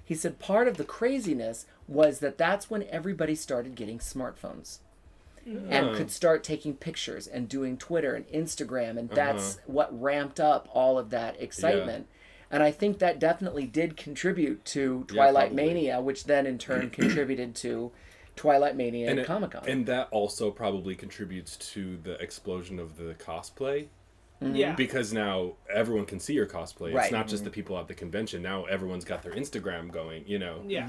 S2: He said part of the craziness was that that's when everybody started getting smartphones
S4: Mm-hmm.
S2: and could start taking pictures and doing Twitter and Instagram,
S3: Uh-huh.
S2: and that's what ramped up all of that excitement. And I think that definitely did contribute to Twilight
S3: probably.
S2: Mania, which then in turn contributed to Twilight Mania and,
S3: it-
S2: Comic Con.
S3: And that also probably contributes to the explosion of the cosplay
S4: Yeah.
S3: because now everyone can see your cosplay.
S2: Right.
S3: It's not
S1: Mm-hmm.
S3: just the people at the convention. Now everyone's got their Instagram going. You know.
S4: yeah.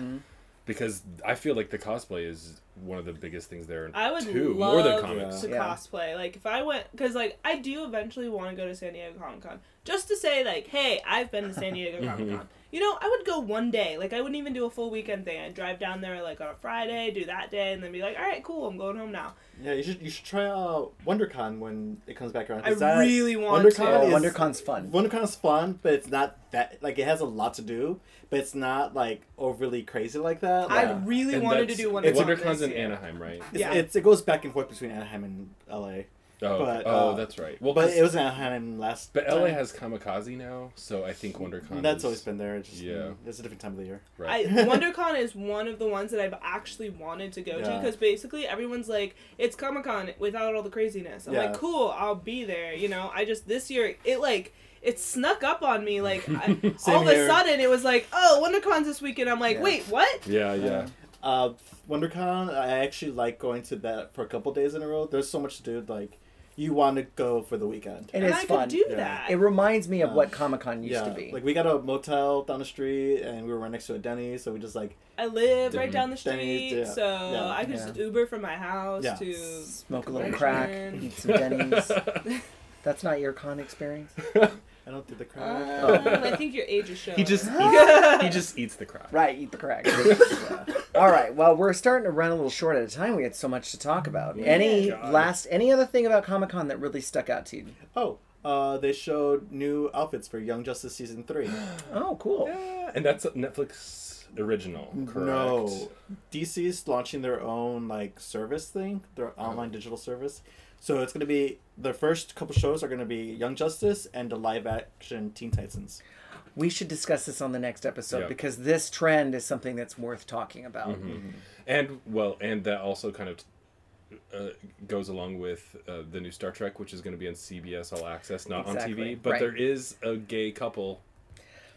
S3: because I feel like the cosplay is one of the biggest things there.
S4: I would
S3: too,
S4: love
S3: more than comics.
S4: to
S2: Yeah.
S4: cosplay. Like if I went, because like I do eventually want to go to San Diego Comic Con just to say like, hey, I've been to San Diego Comic
S3: Mm-hmm.
S4: Con. You know, I would go one day. Like I wouldn't even do a full weekend thing. I'd drive down there like on a Friday, do that day, and then be like, all right, cool, I'm going home now.
S1: Yeah, you should you should try out WonderCon when it comes back around.
S4: I
S1: 'cause that-
S4: really want
S1: WonderCon
S4: to.
S2: Oh,
S1: Is,
S2: WonderCon's fun.
S1: WonderCon's fun, but it's not that like it has a lot to do, but it's not like overly crazy like that. Like,
S4: I really
S3: And
S4: wanted to
S3: that's-
S4: do WonderCon.
S3: WonderCon's
S4: this
S3: in
S4: year.
S3: Anaheim, right?
S1: it's,
S4: yeah.
S1: it's, it goes back and forth between Anaheim and LA.
S3: Oh,
S1: But,
S3: oh,
S1: uh,
S3: that's right. Well,
S1: But
S3: 'cause-
S1: it was in Anaheim last.
S3: but
S1: time.
S3: LA has Kamikaze now, so I think WonderCon.
S1: That's
S3: is-
S1: always been there. It's just,
S3: Yeah.
S1: It's a different time of the year.
S4: I
S3: right.
S4: WonderCon is one of the ones that I've actually wanted to go to
S1: Yeah.
S4: because basically everyone's like, it's Comic Con without all the craziness. I'm like,
S1: Yeah.
S4: cool, I'll be there. You know, I just this year it like it snuck up on
S1: [laughs]
S4: me like I,
S1: Same
S4: all of a
S1: here.
S4: sudden it was like, oh, WonderCon's this weekend. I'm like,
S2: Yeah.
S4: wait, what?
S3: yeah, yeah.
S1: Uh, WonderCon, I actually like going to that for a couple days in a row. There's so much to do. Like, you want to go for the weekend.
S2: It
S4: and
S2: is
S4: I
S2: fun.
S4: could do
S1: Yeah.
S4: that.
S2: It reminds me of
S1: Um,
S2: what Comic Con used
S1: yeah,
S2: to be.
S1: like we got a motel down the street, and we were right next to a Denny's, so we just like
S4: I live right down the
S1: Denny's,
S4: street,
S1: yeah.
S4: so
S1: Yeah.
S4: I could just Uber from my house
S1: Yeah.
S4: to
S2: Smoke a little crack, [laughs]
S4: Convention.
S2: eat some Denny's. That's not your con experience.
S1: I don't do the crowd.
S4: Um, I think your age is
S3: [laughs]
S4: showing.
S3: He just
S4: [laughs]
S3: eats, he just eats the crap.
S2: Right, eat the crack. [laughs] All right. Well, we're starting to run a little short at a time. We had so much to talk about. any
S3: God.
S2: last any other thing about Comic Con that really stuck out to you?
S1: [laughs] Oh, uh, they showed new outfits for Young Justice season three.
S2: Oh, cool.
S3: And that's a Netflix original, correct?
S1: No, DC's launching their own like service thing, their online digital service. So it's gonna be the first couple shows are gonna be Young Justice and the live action Teen Titans.
S2: We should discuss this on the next episode
S3: Yeah.
S2: because this trend is something that's worth talking about.
S3: And well, and that also kind of uh, goes along with uh, the new Star Trek, which is going to be on CBS All Access, not on
S2: Exactly,
S3: TV. But
S2: right.
S3: there is a gay couple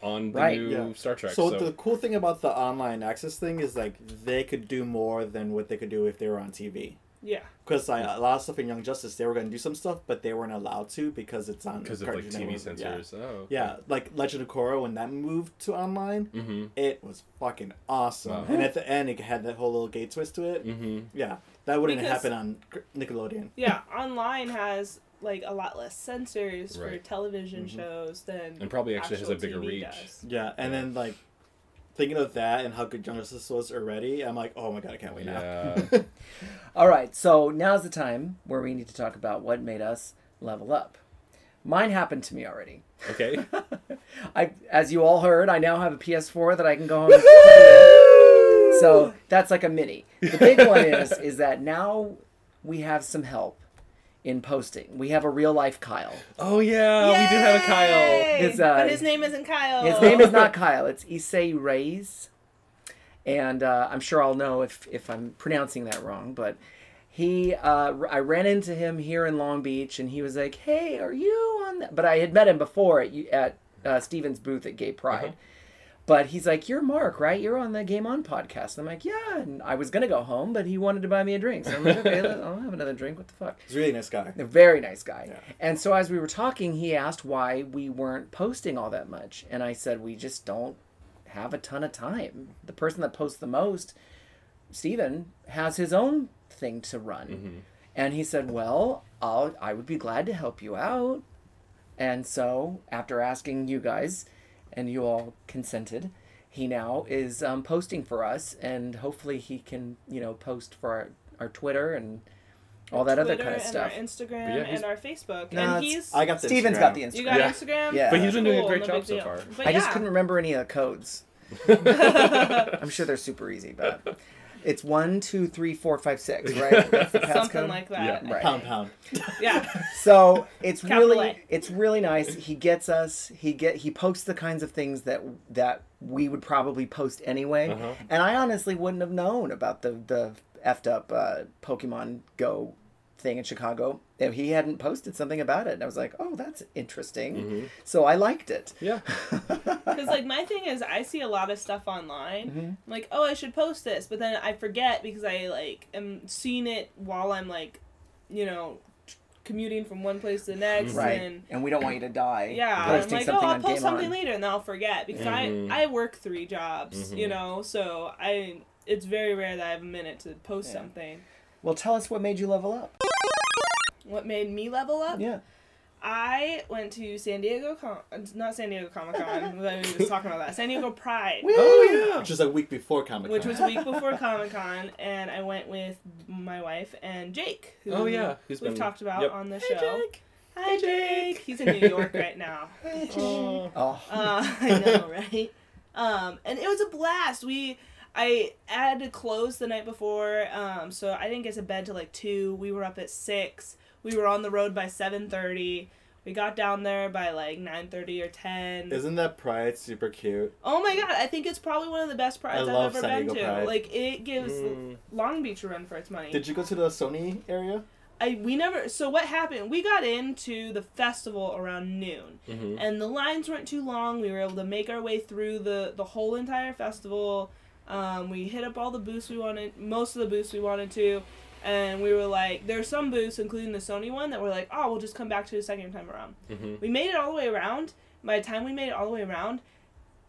S3: on the
S2: Right,
S3: new
S1: Yeah.
S3: Star Trek.
S1: So,
S3: So,
S1: the cool thing about the online access thing is like they could do more than what they could do if they were on TV.
S4: yeah.
S1: Because like, a lot of stuff in Young Justice, they were gonna do some stuff, but they weren't allowed to because it's on
S3: because of like
S1: Cartoon
S3: TV
S1: Network. Yeah.
S3: censors. Oh,
S1: Yeah, like Legend of Korra when that moved to online,
S3: Mhm.
S1: it was fucking awesome.
S3: Wow.
S1: And at the end, it had that whole little gay twist to it.
S3: hmm
S1: Yeah, that wouldn't
S4: Because-
S1: happen on Gr- Nickelodeon.
S4: Yeah, online has like a lot less censors for
S3: Right. Mm-hmm.
S4: television shows than
S3: And probably actually has a
S4: actual
S3: bigger
S4: TV
S3: reach.
S4: does.
S1: Yeah, and then like thinking of that and how good Young Justice was already, I'm like, oh my god, I can't wait now.
S3: Yeah.
S2: All right, so now's the time where we need to talk about what made us level up. Mine happened to me already.
S3: [laughs] okay.
S1: [laughs]
S2: I, as you all heard, I now have a PS4 that I can go home. And play with. So that's like a mini. The big one is is that now we have some help in posting. We have a real life Kyle.
S3: Oh yeah, we do have a Kyle. [laughs]
S4: Yay!
S2: It's, uh,
S4: but his name isn't Kyle.
S2: His name is not Kyle. It's Issei Reyes, and uh, I'm sure I'll know if if I'm pronouncing that wrong. But he, uh, r- I ran into him here in Long Beach, and he was like, "Hey, are you on?" That? But I had met him before at you- at uh, Steven's booth at Gay Pride. But he's like, "You're Mark, right? You're on the Game On podcast." And I'm like, "Yeah." And I was gonna go home, but he wanted to buy me a drink, so I'm like, "Okay, let- I'll have another drink. What the fuck?"
S1: He's a really nice guy.
S2: A very nice guy. And so as we were talking, he asked why we weren't posting all that much. And I said, we just don't have a ton of time. The person that posts the most, Steven, has his own thing to run.
S4: Mm-hmm.
S2: And he said, well, I'll, I would be glad to help you out. And so after asking you guys, and you all consented, he now is um, posting for us. And hopefully he can, you know, post for our, our Twitter and all that other
S4: Twitter
S2: kind of
S4: and
S2: stuff.
S4: Our Instagram
S3: Yeah, he's-
S4: and our Facebook,
S2: No, it's-
S4: and he's
S1: I got the
S2: Steven's
S1: Instagram.
S2: got the Instagram.
S4: you got
S3: Yeah.
S4: Instagram.
S2: Yeah.
S3: But he's been doing a
S4: Cool,
S3: great
S4: no
S3: job
S4: big
S3: so
S4: deal.
S3: far.
S4: But
S2: I just
S4: yeah.
S2: couldn't remember any of the codes. I'm sure they're super easy,
S1: [laughs]
S2: but it's one, two, three, four, five, six, right? That's the
S4: something
S2: passcode?
S4: like that.
S3: Yeah.
S4: Yeah,
S2: Right.
S1: Pound pound.
S2: [laughs] So it's
S4: Capital
S2: really
S4: A.
S2: it's really nice. He gets us. He get he posts the kinds of things that that we would probably post anyway.
S1: Uh-huh.
S2: And I honestly wouldn't have known about the the effed up uh, Pokemon Go thing in Chicago if he hadn't posted something about it. And I was like, oh, that's interesting.
S1: Mm-hmm.
S2: So I liked it.
S3: Mm-hmm.
S2: [laughs]
S3: Yeah.
S4: Because like my thing is, I see a lot of stuff online. I'm
S2: Mm-hmm.
S4: like, oh, I should post this, but then I forget because I like am seeing it while I'm like, you know, commuting from one place to the next,
S3: Mm-hmm.
S2: Right.
S4: and
S2: And we don't want you to die.
S4: yeah, I'm
S2: Posting
S4: like, oh,
S2: something
S4: I'll
S2: on
S4: post
S2: Game
S4: something
S2: On.
S4: later, and then I'll forget because
S3: Mhm.
S4: I I work three jobs,
S3: Mm-hmm.
S4: you know, so I it's very rare that I have a minute to post
S2: Yeah.
S4: something.
S2: Well, tell us what made you level up.
S4: What made me level up?
S2: Yeah.
S4: I went to San Diego Con, not San Diego Comic Con. [laughs] we were just talking about that. San Diego Pride.
S1: Oh yeah. Which is a week before Comic Con.
S4: which was a week
S3: [laughs]
S4: before Comic Con, and I went with my wife and Jake, who
S3: Oh, yeah, who's
S4: we've
S3: been-
S4: talked about
S3: yep.
S4: on the
S3: Hey,
S4: show.
S3: Jake.
S4: Hi, Jake. He's in New
S2: [laughs]
S4: York right now.
S3: Oh.
S2: Oh,
S4: Uh, [laughs] I know, right? Um, and it was a blast. We, I had to close the night before, um, so I didn't get to bed till like two. We were up at six. We were on the road by seven thirty. We got down there by like nine thirty or ten.
S1: Isn't that pride super cute?
S4: Oh my god, I think it's probably one of the best
S1: I
S4: prides I've
S1: love
S4: ever
S1: San Diego
S4: been to.
S1: Pride.
S4: Like it gives
S3: Mm.
S4: Long Beach a run for its money.
S1: Did you go to the Sony area?
S4: I we never so what happened? We got into the festival around noon
S3: Mhm.
S4: and the lines weren't too long. We were able to make our way through the the whole entire festival. Um, we hit up all the booths we wanted, most of the booths we wanted to, and we were like, there's some booths, including the Sony one, that were like, oh, we'll just come back to the second time around.
S3: Mhm.
S4: We made it all the way around. By the time we made it all the way around,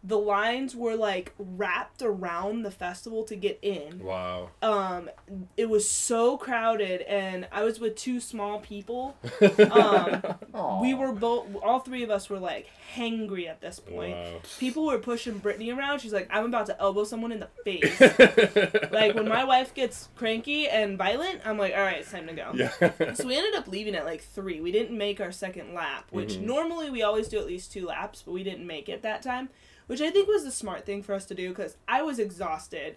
S4: the lines were like wrapped around the festival to get in
S3: Wow.
S4: um it was so crowded and i was with two small people um we were both all three of us were like hangry at this
S3: [laughs]
S4: point
S3: Wow.
S4: people were pushing brittany around she's like i'm about to elbow someone in the
S3: [laughs]
S4: [laughs] face like when my wife gets cranky and violent i'm like all right it's time to go [laughs]
S3: Yeah.
S4: so we ended up leaving at like three. We didn't make our second lap, which
S1: Mm-hmm.
S4: normally we always do at least two laps, but we didn't make it that time, which I think was the smart thing for us to do because I was exhausted.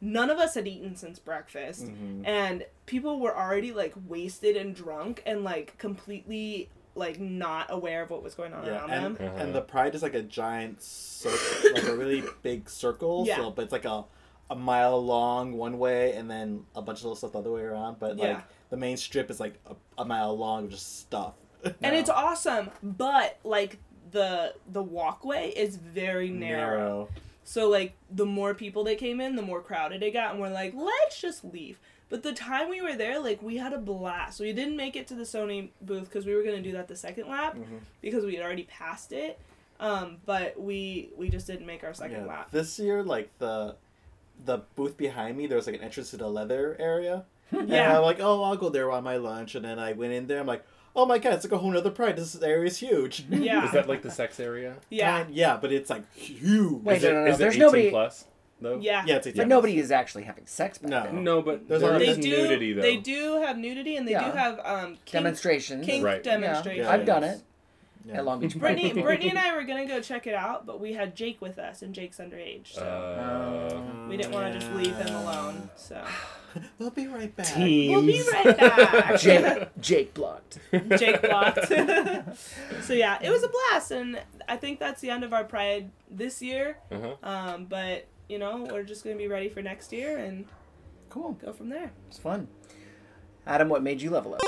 S4: None of us had eaten since breakfast,
S1: Mm-hmm.
S4: and people were already like wasted and drunk and like completely like not aware of what was going on
S1: Yeah,
S4: around
S1: and,
S4: them.
S1: and the pride is like a giant circle, like a
S4: [coughs]
S1: really big circle.
S4: Yeah.
S1: So, but it's like a, a mile long one way, and then a bunch of little stuff the other way around. But like
S4: Yeah.
S1: the main strip is like a, a mile long of just stuff.
S4: And it's awesome, but like the the walkway is very narrow. So like the more people that came in, the more crowded it got, and we're like, let's just leave. But the time we were there, like we had a blast. We didn't make it to the Sony booth because we were gonna do that the second lap because we had already passed it. Um, but we we just didn't make our second
S1: Yeah.
S4: lap.
S1: This year, like the the booth behind me, there was like an entrance to the leather area. And
S4: Yeah.
S1: I'm like, oh, I'll go there on my lunch, and then I went in there. I'm like, oh my god, it's like a whole nother pride. This area is huge.
S4: Yeah.
S3: Is that like the sex area?
S4: yeah.
S1: And- yeah, but it's like huge.
S2: Wait,
S3: Is
S2: no,
S3: it-
S2: no, no,
S3: is it
S2: there's
S3: 18
S2: nobody-
S3: plus though.
S4: Yeah.
S1: Yeah, it's like
S2: But nobody is actually having sex back
S1: No.
S2: then.
S3: No, but
S1: There's
S3: there's
S1: already-
S4: They
S3: there's
S4: do
S3: nudity though.
S4: they do have nudity and they
S2: Yeah.
S4: do have um kink,
S2: Demonstrations.
S4: kink
S3: Right.
S2: Yeah.
S4: demonstrations.
S2: I've done it
S1: Yeah.
S2: at Long Beach. Pride. [laughs]
S3: [laughs]
S4: Brittany Brittany and I were gonna go check it out, but we had Jake with us and Jake's underage, so
S3: Uh,
S4: we didn't want to just leave him alone. So
S1: We'll be right back.
S4: We'll be
S3: [laughs]
S4: right back.
S2: Jake, Jake blocked.
S4: Jake [laughs] blocked. so yeah, it was a blast, and I think that's the end of our Pride this year.
S3: Uh-huh.
S4: Um, but you know, we're just gonna be ready for next year and
S2: Cool.
S4: go from there.
S2: It's fun. Adam, what made you level up?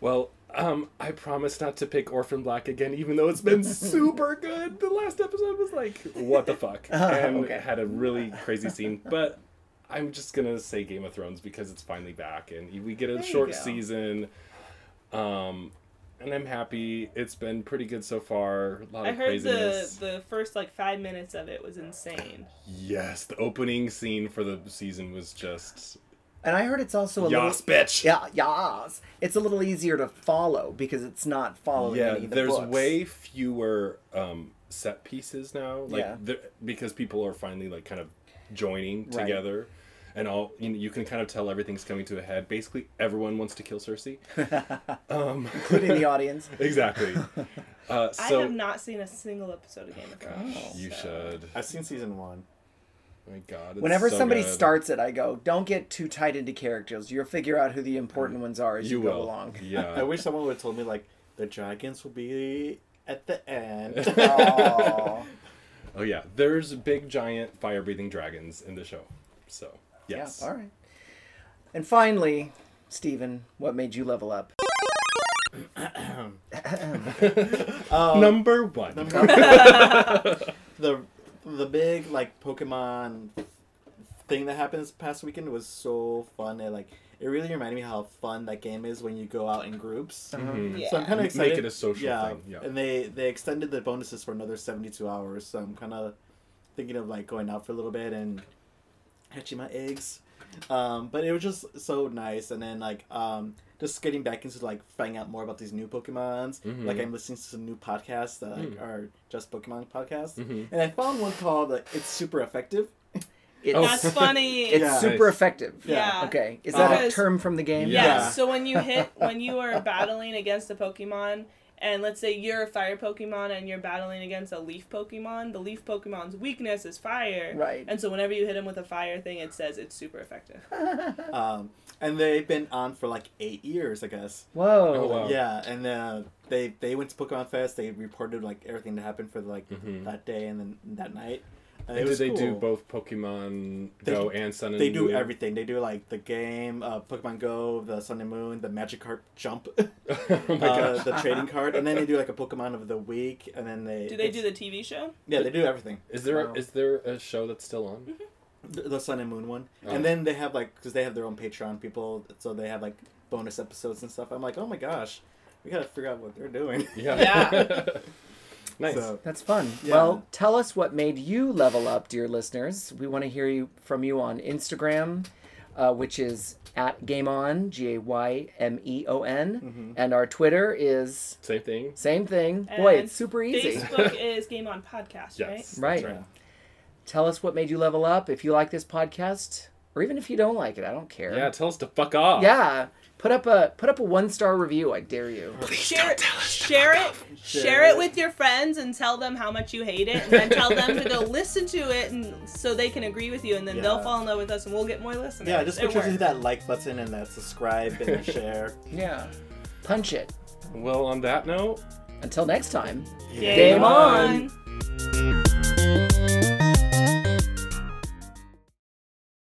S3: Well, um, I promise not to pick Orphan Black again, even though
S2: [laughs]
S3: it's been super good. The last episode was like, what
S2: [laughs]
S3: the fuck? and
S2: Uh-huh. okay.
S3: had a really crazy scene. But I'm just gonna say Game of Thrones because it's finally back, and we get a
S4: you
S3: short
S4: go.
S3: season. Um, and I'm happy. It's been pretty good so far. A lot
S4: I
S3: of
S4: heard
S3: craziness.
S4: the the first like five minutes of it was insane.
S3: Yes, the opening scene for the season was just
S2: And I heard it's also a
S3: yas,
S2: little.
S3: bitch.
S2: Yeah, yas. It's a little easier to follow because it's not following
S3: yeah
S2: any of the
S3: there's
S2: books.
S3: way fewer um set pieces now like
S2: Yeah.
S3: there, because people are finally like kind of joining
S2: Right.
S3: together and all you, know, you can kind of tell everything's coming to a head basically everyone wants to kill cersei um
S2: including the
S3: [laughs]
S2: audience.
S3: exactly uh
S4: I
S3: so
S4: have not seen a single episode of Game of Thrones.
S3: you should
S1: I've seen season one.
S3: oh my god it's
S2: Whenever
S3: so
S2: somebody
S3: good.
S2: starts it, I go, "Don't get too tied into characters. You'll figure out who the important ones are as
S3: Mm. you
S2: you, go
S3: will
S2: along."
S1: [laughs] I
S3: yeah
S1: wish someone would have told me like the dragons will be at the end. [laughs]
S2: Aw.
S3: oh yeah there's big giant fire breathing dragons in the show so
S2: yeah,
S3: yes
S2: all right. And finally, Stephen, what made you level up?
S3: number one
S1: the the big like Pokemon thing that happened this past weekend was so fun. And like it really reminded me how fun that game is when you go out in groups. So
S4: Yeah.
S1: I'm kind of
S3: Uh-huh. Make
S1: excited.
S3: it a social thing, yeah.
S1: And they they extended the bonuses for another 72 hours. So I'm kind of thinking of like going out for a little bit and hatching my eggs. Um, but it was just so nice. And then like um, just getting back into like finding out more about these new Pokemons.
S3: Mm-hmm.
S1: Like I'm listening to some new podcasts that
S3: Mm.
S1: like, are just Pokemon podcasts.
S3: Mm-hmm.
S1: And I found one called like, "It's Super Effective."
S3: Oh.
S2: It's,
S3: [laughs]
S4: That's funny.
S2: it's
S1: Yeah.
S2: super
S3: Nice.
S2: effective.
S1: Yeah.
S2: Okay, is that a
S4: Because-
S2: term from the game?
S4: Yeah.
S1: Yeah.
S4: So when you hit when you are battling against a Pokemon and let's say you're a fire Pokemon and you're battling against a leaf Pokemon, the leaf Pokemon's weakness is fire.
S2: Right.
S4: And so whenever you hit him with a fire thing, it says it's super effective.
S1: Um, and they've been on for like eight years, I guess.
S2: Whoa.
S3: Oh, wow.
S1: Yeah, and uh, they they went to Pokemon Fest. They reported like everything that happened for like that day and then that night. And
S3: Mm-hmm. And
S1: it
S3: do
S1: was
S3: they do
S1: cool.
S3: both Pokemon
S1: They-
S3: Go and Sun and
S1: They do
S3: Moon?
S1: everything. They do like the game, uh, Pokemon Go, the Sun and Moon, the Magikarp jump,
S3: oh
S1: [laughs]
S3: my
S1: uh,
S3: gosh.
S1: the trading card, and then they do like a Pokemon of the week, and then they
S4: Do they
S1: it's-
S4: do the TV show?
S1: Yeah, they do everything.
S3: Is there a,
S2: Wow.
S3: is there a show that's still on?
S1: Mm-hmm. The, the Sun and Moon one,
S3: Oh.
S1: and then they have like because they have their own Patreon people, so they have like bonus episodes and stuff. I'm like, oh my gosh, we gotta figure out what they're doing.
S3: Yeah.
S4: Yeah.
S3: [laughs] nice.
S1: [laughs] So-
S2: That's fun.
S1: Yeah.
S2: Well, tell us what made you level up, dear listeners. We want to hear you from you on Instagram, uh, which is at Game On G A Y M E O
S3: Mm-hmm.
S2: N, and our Twitter is
S3: Same thing.
S2: same thing. Boy,
S4: And
S2: it's super easy.
S4: Facebook is Game On Podcast, right?
S3: Yes.
S2: Right.
S3: That's right.
S2: Tell us what made you level up. If you like this podcast, or even if you don't like it, I don't care.
S3: Yeah. Tell us to fuck off.
S2: Yeah. Put up a put up a one star review. I dare you.
S4: share it, share it, share it with your friends and tell them how much you hate it, and then tell them to go listen to it, and so they can agree with you, and then they'll
S1: Yeah.
S4: fall in love with us, and we'll get more listeners.
S1: Yeah, just
S4: It
S1: make sure to hit
S4: works.
S1: that like button and that subscribe and
S3: [laughs]
S1: that share.
S2: Yeah. Punch it.
S3: Well, on that note.
S2: Until next time.
S4: Game,
S2: Game
S4: on.
S2: on.